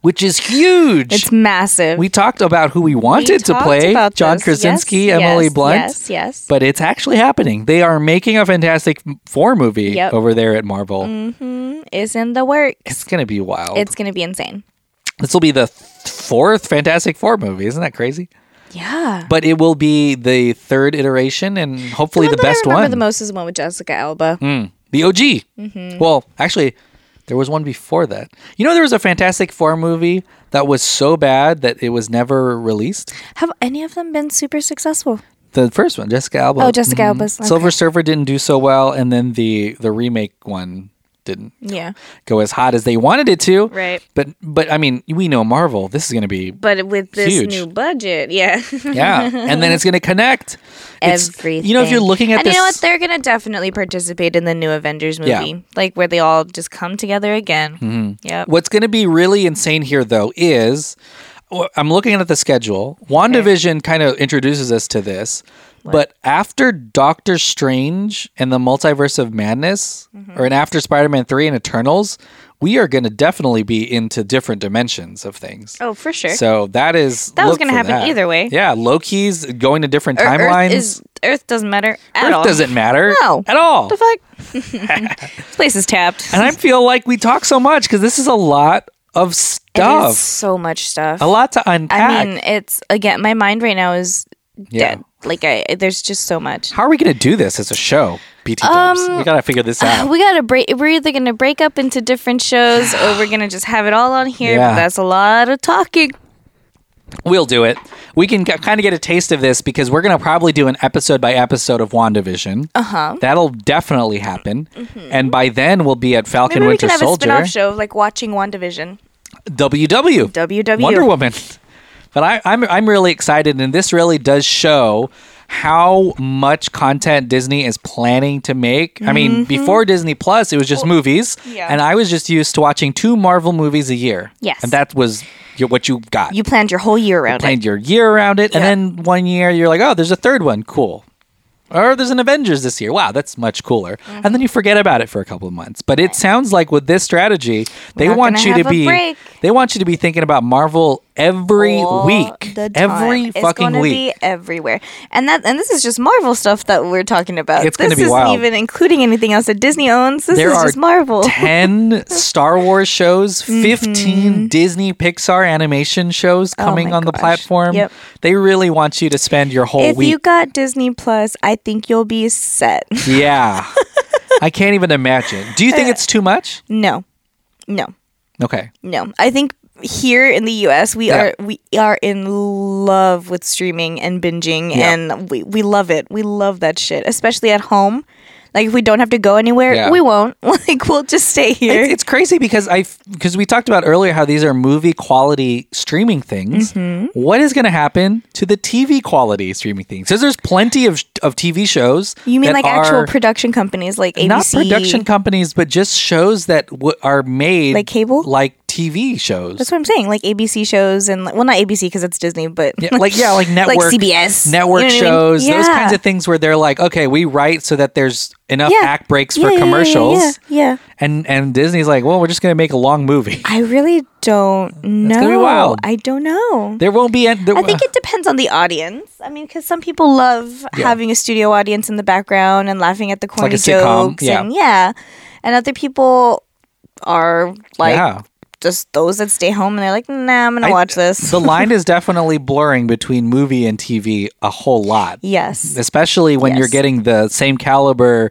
Speaker 1: which is huge.
Speaker 2: It's massive.
Speaker 1: we talked about who we
Speaker 2: We
Speaker 1: wanted to
Speaker 2: talked
Speaker 1: play
Speaker 2: about
Speaker 1: John
Speaker 2: this.
Speaker 1: Krasinski,
Speaker 2: Yes,
Speaker 1: Emily
Speaker 2: yes,
Speaker 1: Blunt.
Speaker 2: Yes, yes.
Speaker 1: But it's actually happening. They are making a Fantastic Four movie
Speaker 2: Yep.
Speaker 1: over there at Marvel.
Speaker 2: is in the works.
Speaker 1: It's going to be wild.
Speaker 2: It's going to be insane.
Speaker 1: This will be the th- fourth Fantastic Four movie. Isn't that crazy?
Speaker 2: Yeah.
Speaker 1: But it will be the third iteration and hopefully the,
Speaker 2: one that
Speaker 1: best
Speaker 2: I remember
Speaker 1: one.
Speaker 2: the most is the one with Jessica Alba.
Speaker 1: Mm, the OG.
Speaker 2: Mm-hmm.
Speaker 1: Well, actually, there was one before that. You know, there was a Fantastic Four movie that was so bad that it was never released.
Speaker 2: Have any of them been super successful?
Speaker 1: The first one, Jessica Alba.
Speaker 2: Oh, Jessica Alba's. okay.
Speaker 1: Silver Surfer didn't do so well, and then the the remake one didn't
Speaker 2: Yeah.
Speaker 1: go as hot as they wanted it to.
Speaker 2: Right.
Speaker 1: But but I mean, we know Marvel. This is going to be
Speaker 2: But with this
Speaker 1: Huge.
Speaker 2: new budget, yeah.
Speaker 1: Yeah, and then it's going to connect. It's-
Speaker 2: everything.
Speaker 1: You know, if you're looking at
Speaker 2: and
Speaker 1: this,
Speaker 2: you know what, they're gonna definitely participate in the new Avengers movie,
Speaker 1: Yeah. Mm-hmm.
Speaker 2: like where they all just come together again. Yep.
Speaker 1: what's going to be really insane here, though, is wh- I'm looking at the schedule. WandaVision kind of introduces us to this, but after Doctor Strange and the Multiverse of Madness,
Speaker 2: Mm-hmm.
Speaker 1: or and after Spider-Man Three and Eternals, we are going to definitely be into different dimensions of things.
Speaker 2: Oh, for sure.
Speaker 1: So that is
Speaker 2: That was
Speaker 1: look
Speaker 2: gonna
Speaker 1: for
Speaker 2: happen
Speaker 1: that.
Speaker 2: either way.
Speaker 1: Yeah, Loki's going to different
Speaker 2: Or
Speaker 1: timelines.
Speaker 2: Earth is Earth doesn't matter at
Speaker 1: Earth
Speaker 2: all.
Speaker 1: doesn't matter
Speaker 2: No.
Speaker 1: at all.
Speaker 2: The fuck. this place is tapped.
Speaker 1: And I feel like we talk so much because this is a lot of
Speaker 2: It is
Speaker 1: stuff,
Speaker 2: so much stuff.
Speaker 1: a lot to unpack.
Speaker 2: I mean, it's again, my mind right now is dead. Like I, there's just so much.
Speaker 1: How are we going to do this as a show, BT Dubs?
Speaker 2: um,
Speaker 1: we got to figure this out.
Speaker 2: Uh, We gotta break. We're either gonna break up into different shows, or we're gonna just have it all on here.
Speaker 1: Yeah.
Speaker 2: But that's a lot of talking.
Speaker 1: We'll do it. We can kind of get a taste of this because we're going to probably do an episode by episode of WandaVision. Uh
Speaker 2: Uh-huh.
Speaker 1: huh. That'll definitely happen. And by then, we'll be at Falcon
Speaker 2: Mm-hmm. Maybe we
Speaker 1: Winter
Speaker 2: could have a
Speaker 1: Soldier.
Speaker 2: spin-off show of like watching One Division.
Speaker 1: WW.
Speaker 2: WW.
Speaker 1: Wonder Woman. But I, I'm I'm really excited, and this really does show how much content Disney is planning to make. I mean, before Disney Plus, it was just movies,
Speaker 2: Mm-hmm. yeah.
Speaker 1: and I was just used to watching two Marvel movies a year.
Speaker 2: Yes.
Speaker 1: and that was your, what you got.
Speaker 2: You planned your whole year around it.
Speaker 1: planned your year around it, and
Speaker 2: Yeah.
Speaker 1: then one year you're like, oh, there's a third one, cool. Or there's an Avengers this year. Wow, that's much cooler.
Speaker 2: Mm-hmm.
Speaker 1: And then you forget about it for a couple of months. But it sounds like with this strategy, they
Speaker 2: not
Speaker 1: want
Speaker 2: gonna
Speaker 1: you to
Speaker 2: have a
Speaker 1: be
Speaker 2: break.
Speaker 1: they want you to be thinking about Marvel every
Speaker 2: all
Speaker 1: week.
Speaker 2: the time.
Speaker 1: Every
Speaker 2: it's
Speaker 1: fucking
Speaker 2: gonna
Speaker 1: week.
Speaker 2: be everywhere, and that and this is just Marvel stuff that we're talking about.
Speaker 1: It's
Speaker 2: this
Speaker 1: gonna be
Speaker 2: isn't
Speaker 1: wild.
Speaker 2: even including anything else that Disney owns. This
Speaker 1: There
Speaker 2: is
Speaker 1: are
Speaker 2: just Marvel. Mm-hmm.
Speaker 1: 10 Star Wars shows, 15 Disney Pixar animation shows coming
Speaker 2: Oh my
Speaker 1: on the
Speaker 2: gosh.
Speaker 1: platform.
Speaker 2: Yep.
Speaker 1: They really want you to spend your whole
Speaker 2: if
Speaker 1: week.
Speaker 2: you got Disney Plus, I think you'll be set.
Speaker 1: yeah. I can't even imagine. Do you
Speaker 2: Uh,
Speaker 1: think it's too much?
Speaker 2: no, no,
Speaker 1: Okay.
Speaker 2: no. I think here in the U.S. we
Speaker 1: Yeah.
Speaker 2: are we are in love with streaming and binging,
Speaker 1: Yeah.
Speaker 2: and we we love it. We love that shit, especially at home. Like if we don't have to go anywhere,
Speaker 1: Yeah.
Speaker 2: we won't. Like we'll just stay here.
Speaker 1: It's, it's crazy because I because we talked about earlier how these are movie quality streaming things.
Speaker 2: Mm-hmm.
Speaker 1: What is going to happen to the TV quality streaming things? Because there's plenty of of TV shows.
Speaker 2: You mean
Speaker 1: that
Speaker 2: like actual
Speaker 1: are-
Speaker 2: production companies like ABC?
Speaker 1: not production companies, but just shows that w- are made
Speaker 2: Like cable?
Speaker 1: like TV shows.
Speaker 2: That's what I'm saying. Like ABC shows and like, well, not ABC because it's Disney, but
Speaker 1: Yeah, like yeah, like network,
Speaker 2: CBS,
Speaker 1: network
Speaker 2: you know what I mean?
Speaker 1: shows, those
Speaker 2: Yeah.
Speaker 1: kinds of things where they're like, okay, we write so that there's enough
Speaker 2: Yeah.
Speaker 1: act breaks
Speaker 2: Yeah,
Speaker 1: for
Speaker 2: yeah, yeah,
Speaker 1: commercials,
Speaker 2: Yeah, yeah.
Speaker 1: and and Disney's like, well, we're just gonna make a long movie.
Speaker 2: I really don't know.
Speaker 1: gonna be wild.
Speaker 2: I don't know.
Speaker 1: There won't be. Any, there,
Speaker 2: I think it depends on the audience. I mean, because some people love
Speaker 1: Yeah.
Speaker 2: having a studio audience in the background and laughing at the corny
Speaker 1: like a sitcom,
Speaker 2: jokes,
Speaker 1: yeah.
Speaker 2: and yeah, and other people are like
Speaker 1: yeah.
Speaker 2: just those that stay home and they're like, nah, I'm gonna
Speaker 1: I-
Speaker 2: watch this.
Speaker 1: the line is definitely blurring between movie and TV a whole lot.
Speaker 2: yes,
Speaker 1: Especially when you're
Speaker 2: Yes. Mm-hmm.
Speaker 1: getting the same caliber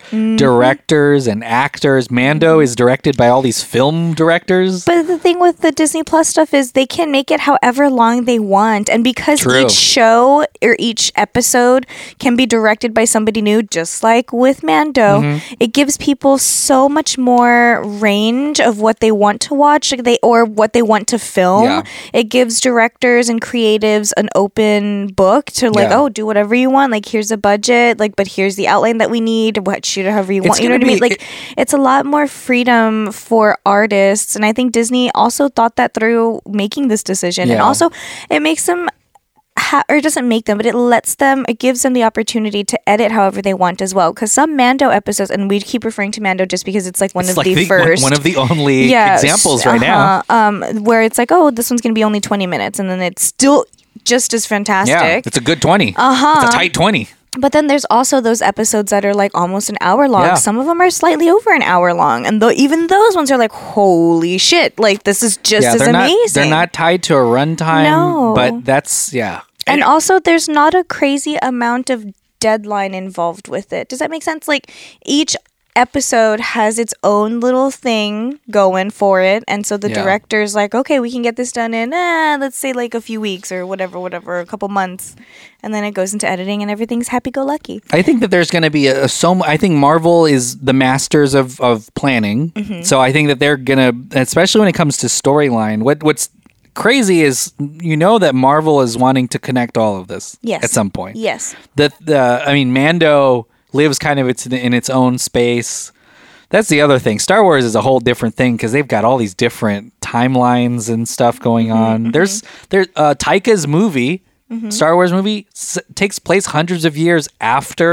Speaker 1: directors and actors. Mando is directed by all these film directors.
Speaker 2: But the thing with the Disney Plus stuff is they can make it however long they want. And because
Speaker 1: True.
Speaker 2: each show or each episode can be directed by somebody new, just like with Mando,
Speaker 1: Mm-hmm.
Speaker 2: it gives people so much more range of what they want to watch like they or what they want to film.
Speaker 1: Yeah.
Speaker 2: It gives directors and creatives an open book to like,
Speaker 1: Yeah.
Speaker 2: oh, do whatever you want. Like here's a budget, like but here's the outline that we need, what shoot it however you
Speaker 1: It's
Speaker 2: want. You know what
Speaker 1: gonna
Speaker 2: I
Speaker 1: be-
Speaker 2: mean? Like it's a lot more freedom for artists and i think disney also thought that through making this decision and
Speaker 1: Yeah.
Speaker 2: also it makes them ha- or it doesn't make them but it lets them it gives them the opportunity to edit however they want as well because some mando episodes and we keep referring to mando just because it's like one
Speaker 1: It's
Speaker 2: of
Speaker 1: like
Speaker 2: the,
Speaker 1: the- one-
Speaker 2: first
Speaker 1: one of the only
Speaker 2: yeah,
Speaker 1: examples right now.
Speaker 2: um where it's like oh this one's gonna be only 20 minutes and then it's still just as fantastic
Speaker 1: Yeah, it's a good 20. Uh-huh. It's a tight 20.
Speaker 2: but then there's also those episodes that are like almost an hour long.
Speaker 1: Yeah.
Speaker 2: Some of them are slightly over an hour long, and though even those ones are like, holy shit! Like this is just
Speaker 1: Yeah,
Speaker 2: as
Speaker 1: they're
Speaker 2: amazing.
Speaker 1: not they're not tied to a runtime,
Speaker 2: No.
Speaker 1: but that's yeah.
Speaker 2: And also, there's not a crazy amount of deadline involved with it. Does that make sense? Like each episode has its own little thing going for it, and so the
Speaker 1: Yeah.
Speaker 2: director's like, okay, we can get this done in uh, let's say like a few weeks or whatever, whatever, a couple months, and then it goes into editing, and everything's happy go lucky.
Speaker 1: I think that there's going to be a, a so. mu- I think Marvel is the masters of of planning. So I think that they're going to, especially when it comes to storyline. What what's crazy is you know that Marvel is wanting to connect all of this
Speaker 2: Yes.
Speaker 1: at some point.
Speaker 2: Yes.
Speaker 1: The the I mean Mando lives kind of its in its own space. That's the other thing. Star Wars is a whole different thing because they've got all these different timelines and stuff going
Speaker 2: Mm-hmm,
Speaker 1: on. There's there uh, Taika's movie, Star Wars movie, s- takes place hundreds of years after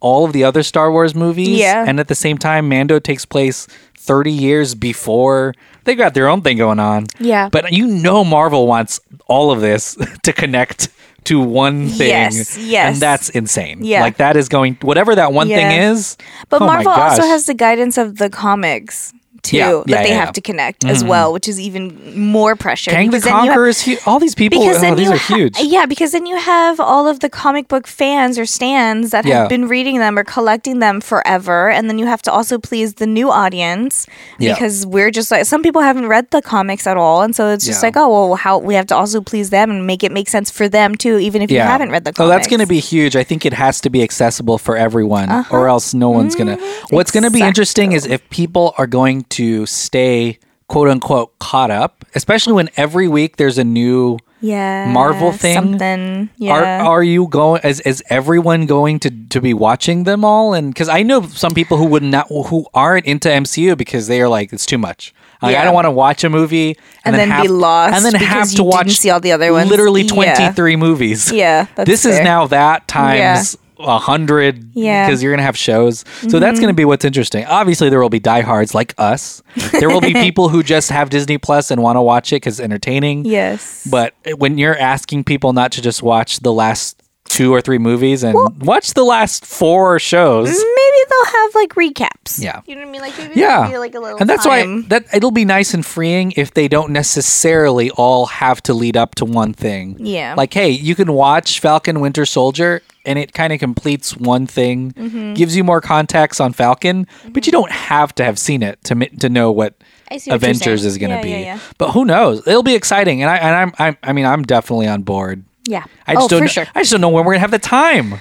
Speaker 1: all of the other Star Wars movies.
Speaker 2: Mm-hmm. Yeah.
Speaker 1: and at the same time, Mando takes place thirty years before. They got their own thing going on.
Speaker 2: Yeah.
Speaker 1: but you know, Marvel wants all of this to connect to one thing.
Speaker 2: Yes, yes.
Speaker 1: and that's insane.
Speaker 2: Yeah.
Speaker 1: like that is going whatever that one thing
Speaker 2: Yeah.
Speaker 1: is.
Speaker 2: But
Speaker 1: oh my
Speaker 2: Marvel also
Speaker 1: gosh.
Speaker 2: has the guidance of the comics too
Speaker 1: Yeah, yeah,
Speaker 2: that they
Speaker 1: yeah,
Speaker 2: have
Speaker 1: yeah. Mm-hmm.
Speaker 2: to connect as well, which is even more pressure.
Speaker 1: Kang the
Speaker 2: because then you have-
Speaker 1: Conqueror is huge. All these people,
Speaker 2: because
Speaker 1: oh,
Speaker 2: then
Speaker 1: these
Speaker 2: you
Speaker 1: are
Speaker 2: ha-
Speaker 1: huge.
Speaker 2: Yeah, because then you have all of the comic book fans or stands that
Speaker 1: Yeah.
Speaker 2: have been reading them or collecting them forever, and then you have to also please the new audience
Speaker 1: Yeah.
Speaker 2: because we're just like some people haven't read the comics at all, and so it's just
Speaker 1: Yeah.
Speaker 2: like oh well, how we have to also please them and make it make sense for them too, even if you haven't read the comics. Uh-huh.
Speaker 1: Oh, that's going to be huge. I think it has to be accessible for everyone, or else no one's going to.
Speaker 2: Mm-hmm.
Speaker 1: What's going to be interesting is if people are going to stay quote unquote caught up, especially when every week there's a new.
Speaker 2: yeah
Speaker 1: Marvel thing?
Speaker 2: Something yeah.
Speaker 1: Are are you going? Is, is everyone going to to be watching them all? And because I know some people who would not who aren't into MCU because they are like it's too much. Like, I
Speaker 2: Yeah.
Speaker 1: don't want to watch a movie
Speaker 2: And
Speaker 1: and,
Speaker 2: then
Speaker 1: have,
Speaker 2: be lost
Speaker 1: and then have
Speaker 2: because
Speaker 1: to
Speaker 2: you didn't
Speaker 1: watch
Speaker 2: see all the other ones.
Speaker 1: Literally
Speaker 2: Yeah.
Speaker 1: twenty three movies.
Speaker 2: Yeah, that's
Speaker 1: this is
Speaker 2: fair.
Speaker 1: now that times a hundred
Speaker 2: Yeah. Mm-hmm.
Speaker 1: because you're gonna have shows. So that's gonna be what's interesting. Obviously, there will be diehards like us. There will be people who just have Disney Plus and want to watch it because entertaining.
Speaker 2: Yes.
Speaker 1: But when you're asking people not to just watch the last two or three movies and watch the last four shows,
Speaker 2: maybe they'll have like recaps.
Speaker 1: Yeah.
Speaker 2: You know what I mean? Like maybe
Speaker 1: yeah,
Speaker 2: there'll be like a little
Speaker 1: and that's why
Speaker 2: time.
Speaker 1: that it'll be nice and freeing if they don't necessarily all have to lead up to one thing.
Speaker 2: Yeah.
Speaker 1: like hey, you can watch Falcon Winter Soldier, and it kind of completes one thing,
Speaker 2: Mm-hmm.
Speaker 1: gives you more context on Falcon, but you don't have to have seen it to mi- to know what.
Speaker 2: I see what you're
Speaker 1: Avengers
Speaker 2: saying.
Speaker 1: is going to
Speaker 2: Yeah,
Speaker 1: be,
Speaker 2: yeah, yeah.
Speaker 1: but who knows? It'll be exciting, and I and I'm, I'm I mean I'm definitely on board.
Speaker 2: Yeah.
Speaker 1: I just
Speaker 2: oh,
Speaker 1: don't
Speaker 2: for
Speaker 1: know,
Speaker 2: sure.
Speaker 1: I just don't know when we're gonna have the time.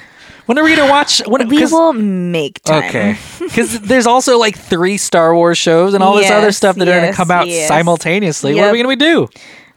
Speaker 1: When are we gonna watch? When,
Speaker 2: we
Speaker 1: 'cause-
Speaker 2: will make time.
Speaker 1: Okay, because there's also like three Star Wars shows and all this other
Speaker 2: Yes,
Speaker 1: stuff that are gonna
Speaker 2: yes,
Speaker 1: come out
Speaker 2: yes.
Speaker 1: simultaneously. What are
Speaker 2: Yep.
Speaker 1: we gonna do?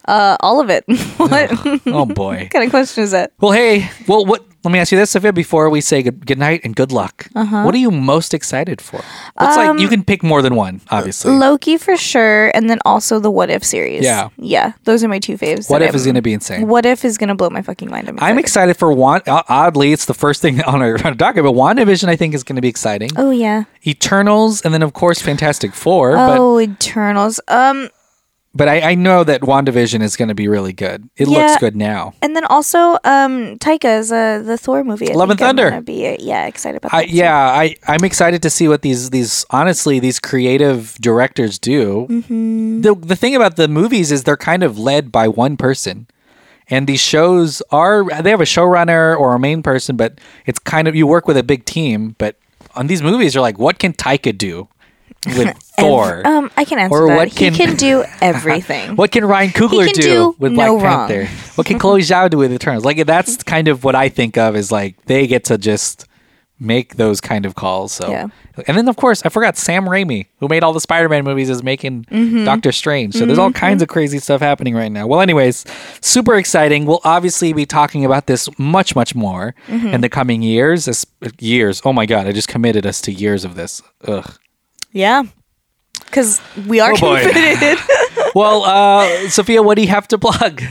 Speaker 2: Uh, all of it. what
Speaker 1: Oh boy.
Speaker 2: kind of question is that?
Speaker 1: Well, hey. Well, what? Let me ask you this, Sophia, before we say good, good night and good luck.
Speaker 2: Uh-huh.
Speaker 1: What are you most excited for? It's
Speaker 2: Um,
Speaker 1: like you can pick more than one, obviously.
Speaker 2: Loki for sure, and then also the What If series.
Speaker 1: Yeah.
Speaker 2: yeah, those are my two faves.
Speaker 1: what
Speaker 2: that
Speaker 1: if is
Speaker 2: I'm-
Speaker 1: gonna be insane?
Speaker 2: What If is gonna blow my fucking mind. I'm excited.
Speaker 1: I'm excited for one. o- Oddly, it's the first thing on our, on our docket, but WandaVision I think is going to be exciting.
Speaker 2: oh yeah.
Speaker 1: Eternals, and then of course Fantastic Four. but
Speaker 2: Oh, Eternals. Um,
Speaker 1: But I, I know that WandaVision is going to be really good. It looks
Speaker 2: Yeah.
Speaker 1: good now.
Speaker 2: and then also um, Taika's uh, the Thor movie. I
Speaker 1: Love and
Speaker 2: think I'm
Speaker 1: Thunder.
Speaker 2: gonna Be uh, yeah, excited
Speaker 1: I,
Speaker 2: about that. too.
Speaker 1: yeah, I, I'm excited to see what these these honestly these creative directors do. The the thing about the movies is they're kind of led by one person, and these shows are they have a showrunner or a main person, but it's kind of you work with a big team. But on these movies, you're like, what can Taika do with Thor?
Speaker 2: Um, I can answer
Speaker 1: Or
Speaker 2: that.
Speaker 1: what
Speaker 2: he
Speaker 1: can-
Speaker 2: can do everything.
Speaker 1: What can Ryan Coogler
Speaker 2: can
Speaker 1: do,
Speaker 2: do
Speaker 1: with
Speaker 2: no
Speaker 1: Black
Speaker 2: wrong.
Speaker 1: Panther? What can Chloe Zhao do with Eternals? Like that's kind of what I think of is like they get to just make those kind of calls. So,
Speaker 2: Yeah.
Speaker 1: and then of course I forgot Sam Raimi, who made all the Spider-Man movies, is making
Speaker 2: Mm-hmm.
Speaker 1: Doctor Strange. So there's all kinds of crazy stuff happening right now. Well, anyways, super exciting. We'll obviously be talking about this much, much more
Speaker 2: Mm-hmm.
Speaker 1: in the coming years. As, years. Oh my God, I just committed us to years of this. Ugh.
Speaker 2: Yeah, because we are
Speaker 1: Oh, boy.
Speaker 2: committed.
Speaker 1: well, uh, Sophia, what do you have to plug?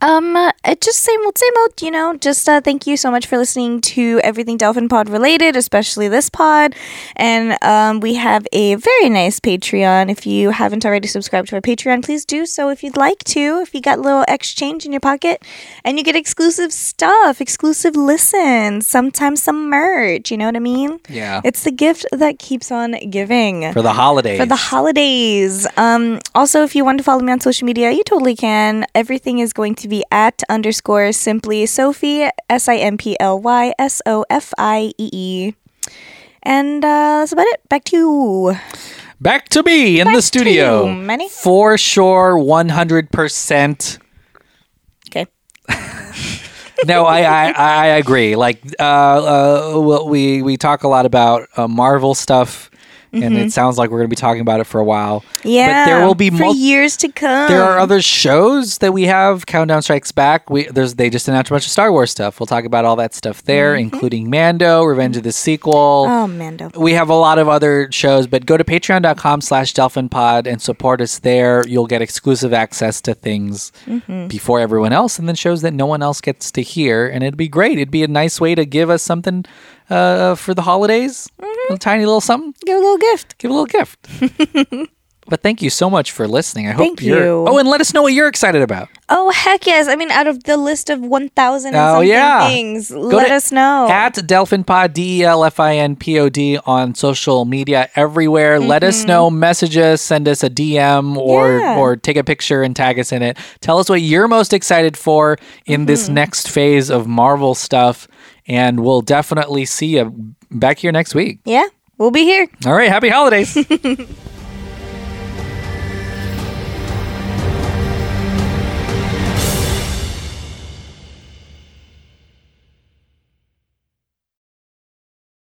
Speaker 2: Um, uh, it's just same old, same old, you know. Just uh, thank you so much for listening to everything Dolphin Pod related, especially this pod. And um, we have a very nice Patreon. If you haven't already subscribed to our Patreon, please do so if you'd like to. If you got a little extra change in your pocket, and you get exclusive stuff, exclusive listens, sometimes some merch. You know what I mean?
Speaker 1: Yeah.
Speaker 2: It's the gift that keeps on giving
Speaker 1: For the holidays.
Speaker 2: for the holidays. Um, also, if you want to follow me on social media, you totally can. Everything is going to be at underscore simply Sophie S I M P L Y S O F I E E. And uh, that's about it. Back to you.
Speaker 1: Back to me in
Speaker 2: Back
Speaker 1: the
Speaker 2: to
Speaker 1: studio.
Speaker 2: you, Manny.
Speaker 1: For sure, 100%.
Speaker 2: Okay.
Speaker 1: No, I, I, I agree. Like, uh, uh, well, we, we talk a lot about uh, Marvel stuff,
Speaker 2: Mm-hmm.
Speaker 1: and it sounds like we're going to be talking about it for a while.
Speaker 2: Yeah.
Speaker 1: But there will be
Speaker 2: for
Speaker 1: multiple.
Speaker 2: years to come.
Speaker 1: There are other shows that we have. Countdown Strikes Back. We there's they just announced a bunch of Star Wars stuff. We'll talk about all that stuff there, including Mando, Revenge of the Sequel.
Speaker 2: Mm-hmm. Oh, Mando.
Speaker 1: we have a lot of other shows but go to patreon.com slash delphinpod and support us there you'll get exclusive access to things
Speaker 2: Mm-hmm.
Speaker 1: before everyone else and then shows that no one else gets to hear and it'd be great it'd be a nice way to give us something uh, for the holidays
Speaker 2: Mm-hmm.
Speaker 1: a tiny little something
Speaker 2: Give a little gift.
Speaker 1: give a little gift but thank you so much for listening i hope
Speaker 2: Thank
Speaker 1: you're
Speaker 2: you.
Speaker 1: oh and let us know what you're excited about
Speaker 2: Oh, heck yes. I mean, out of the list of 1,000 and
Speaker 1: Oh,
Speaker 2: something
Speaker 1: yeah.
Speaker 2: things,
Speaker 1: Go
Speaker 2: let
Speaker 1: to-
Speaker 2: us know.
Speaker 1: At DelphinPod, D E L F I N P O D on social media everywhere. Let us know, message us, send us a DM or
Speaker 2: Mm-hmm. Yeah.
Speaker 1: or take a picture and tag us in it. Tell us what you're most excited for in this
Speaker 2: Mm-hmm.
Speaker 1: next phase of Marvel stuff. And we'll definitely see you back here next week.
Speaker 2: yeah, we'll be here.
Speaker 1: All right. Happy holidays.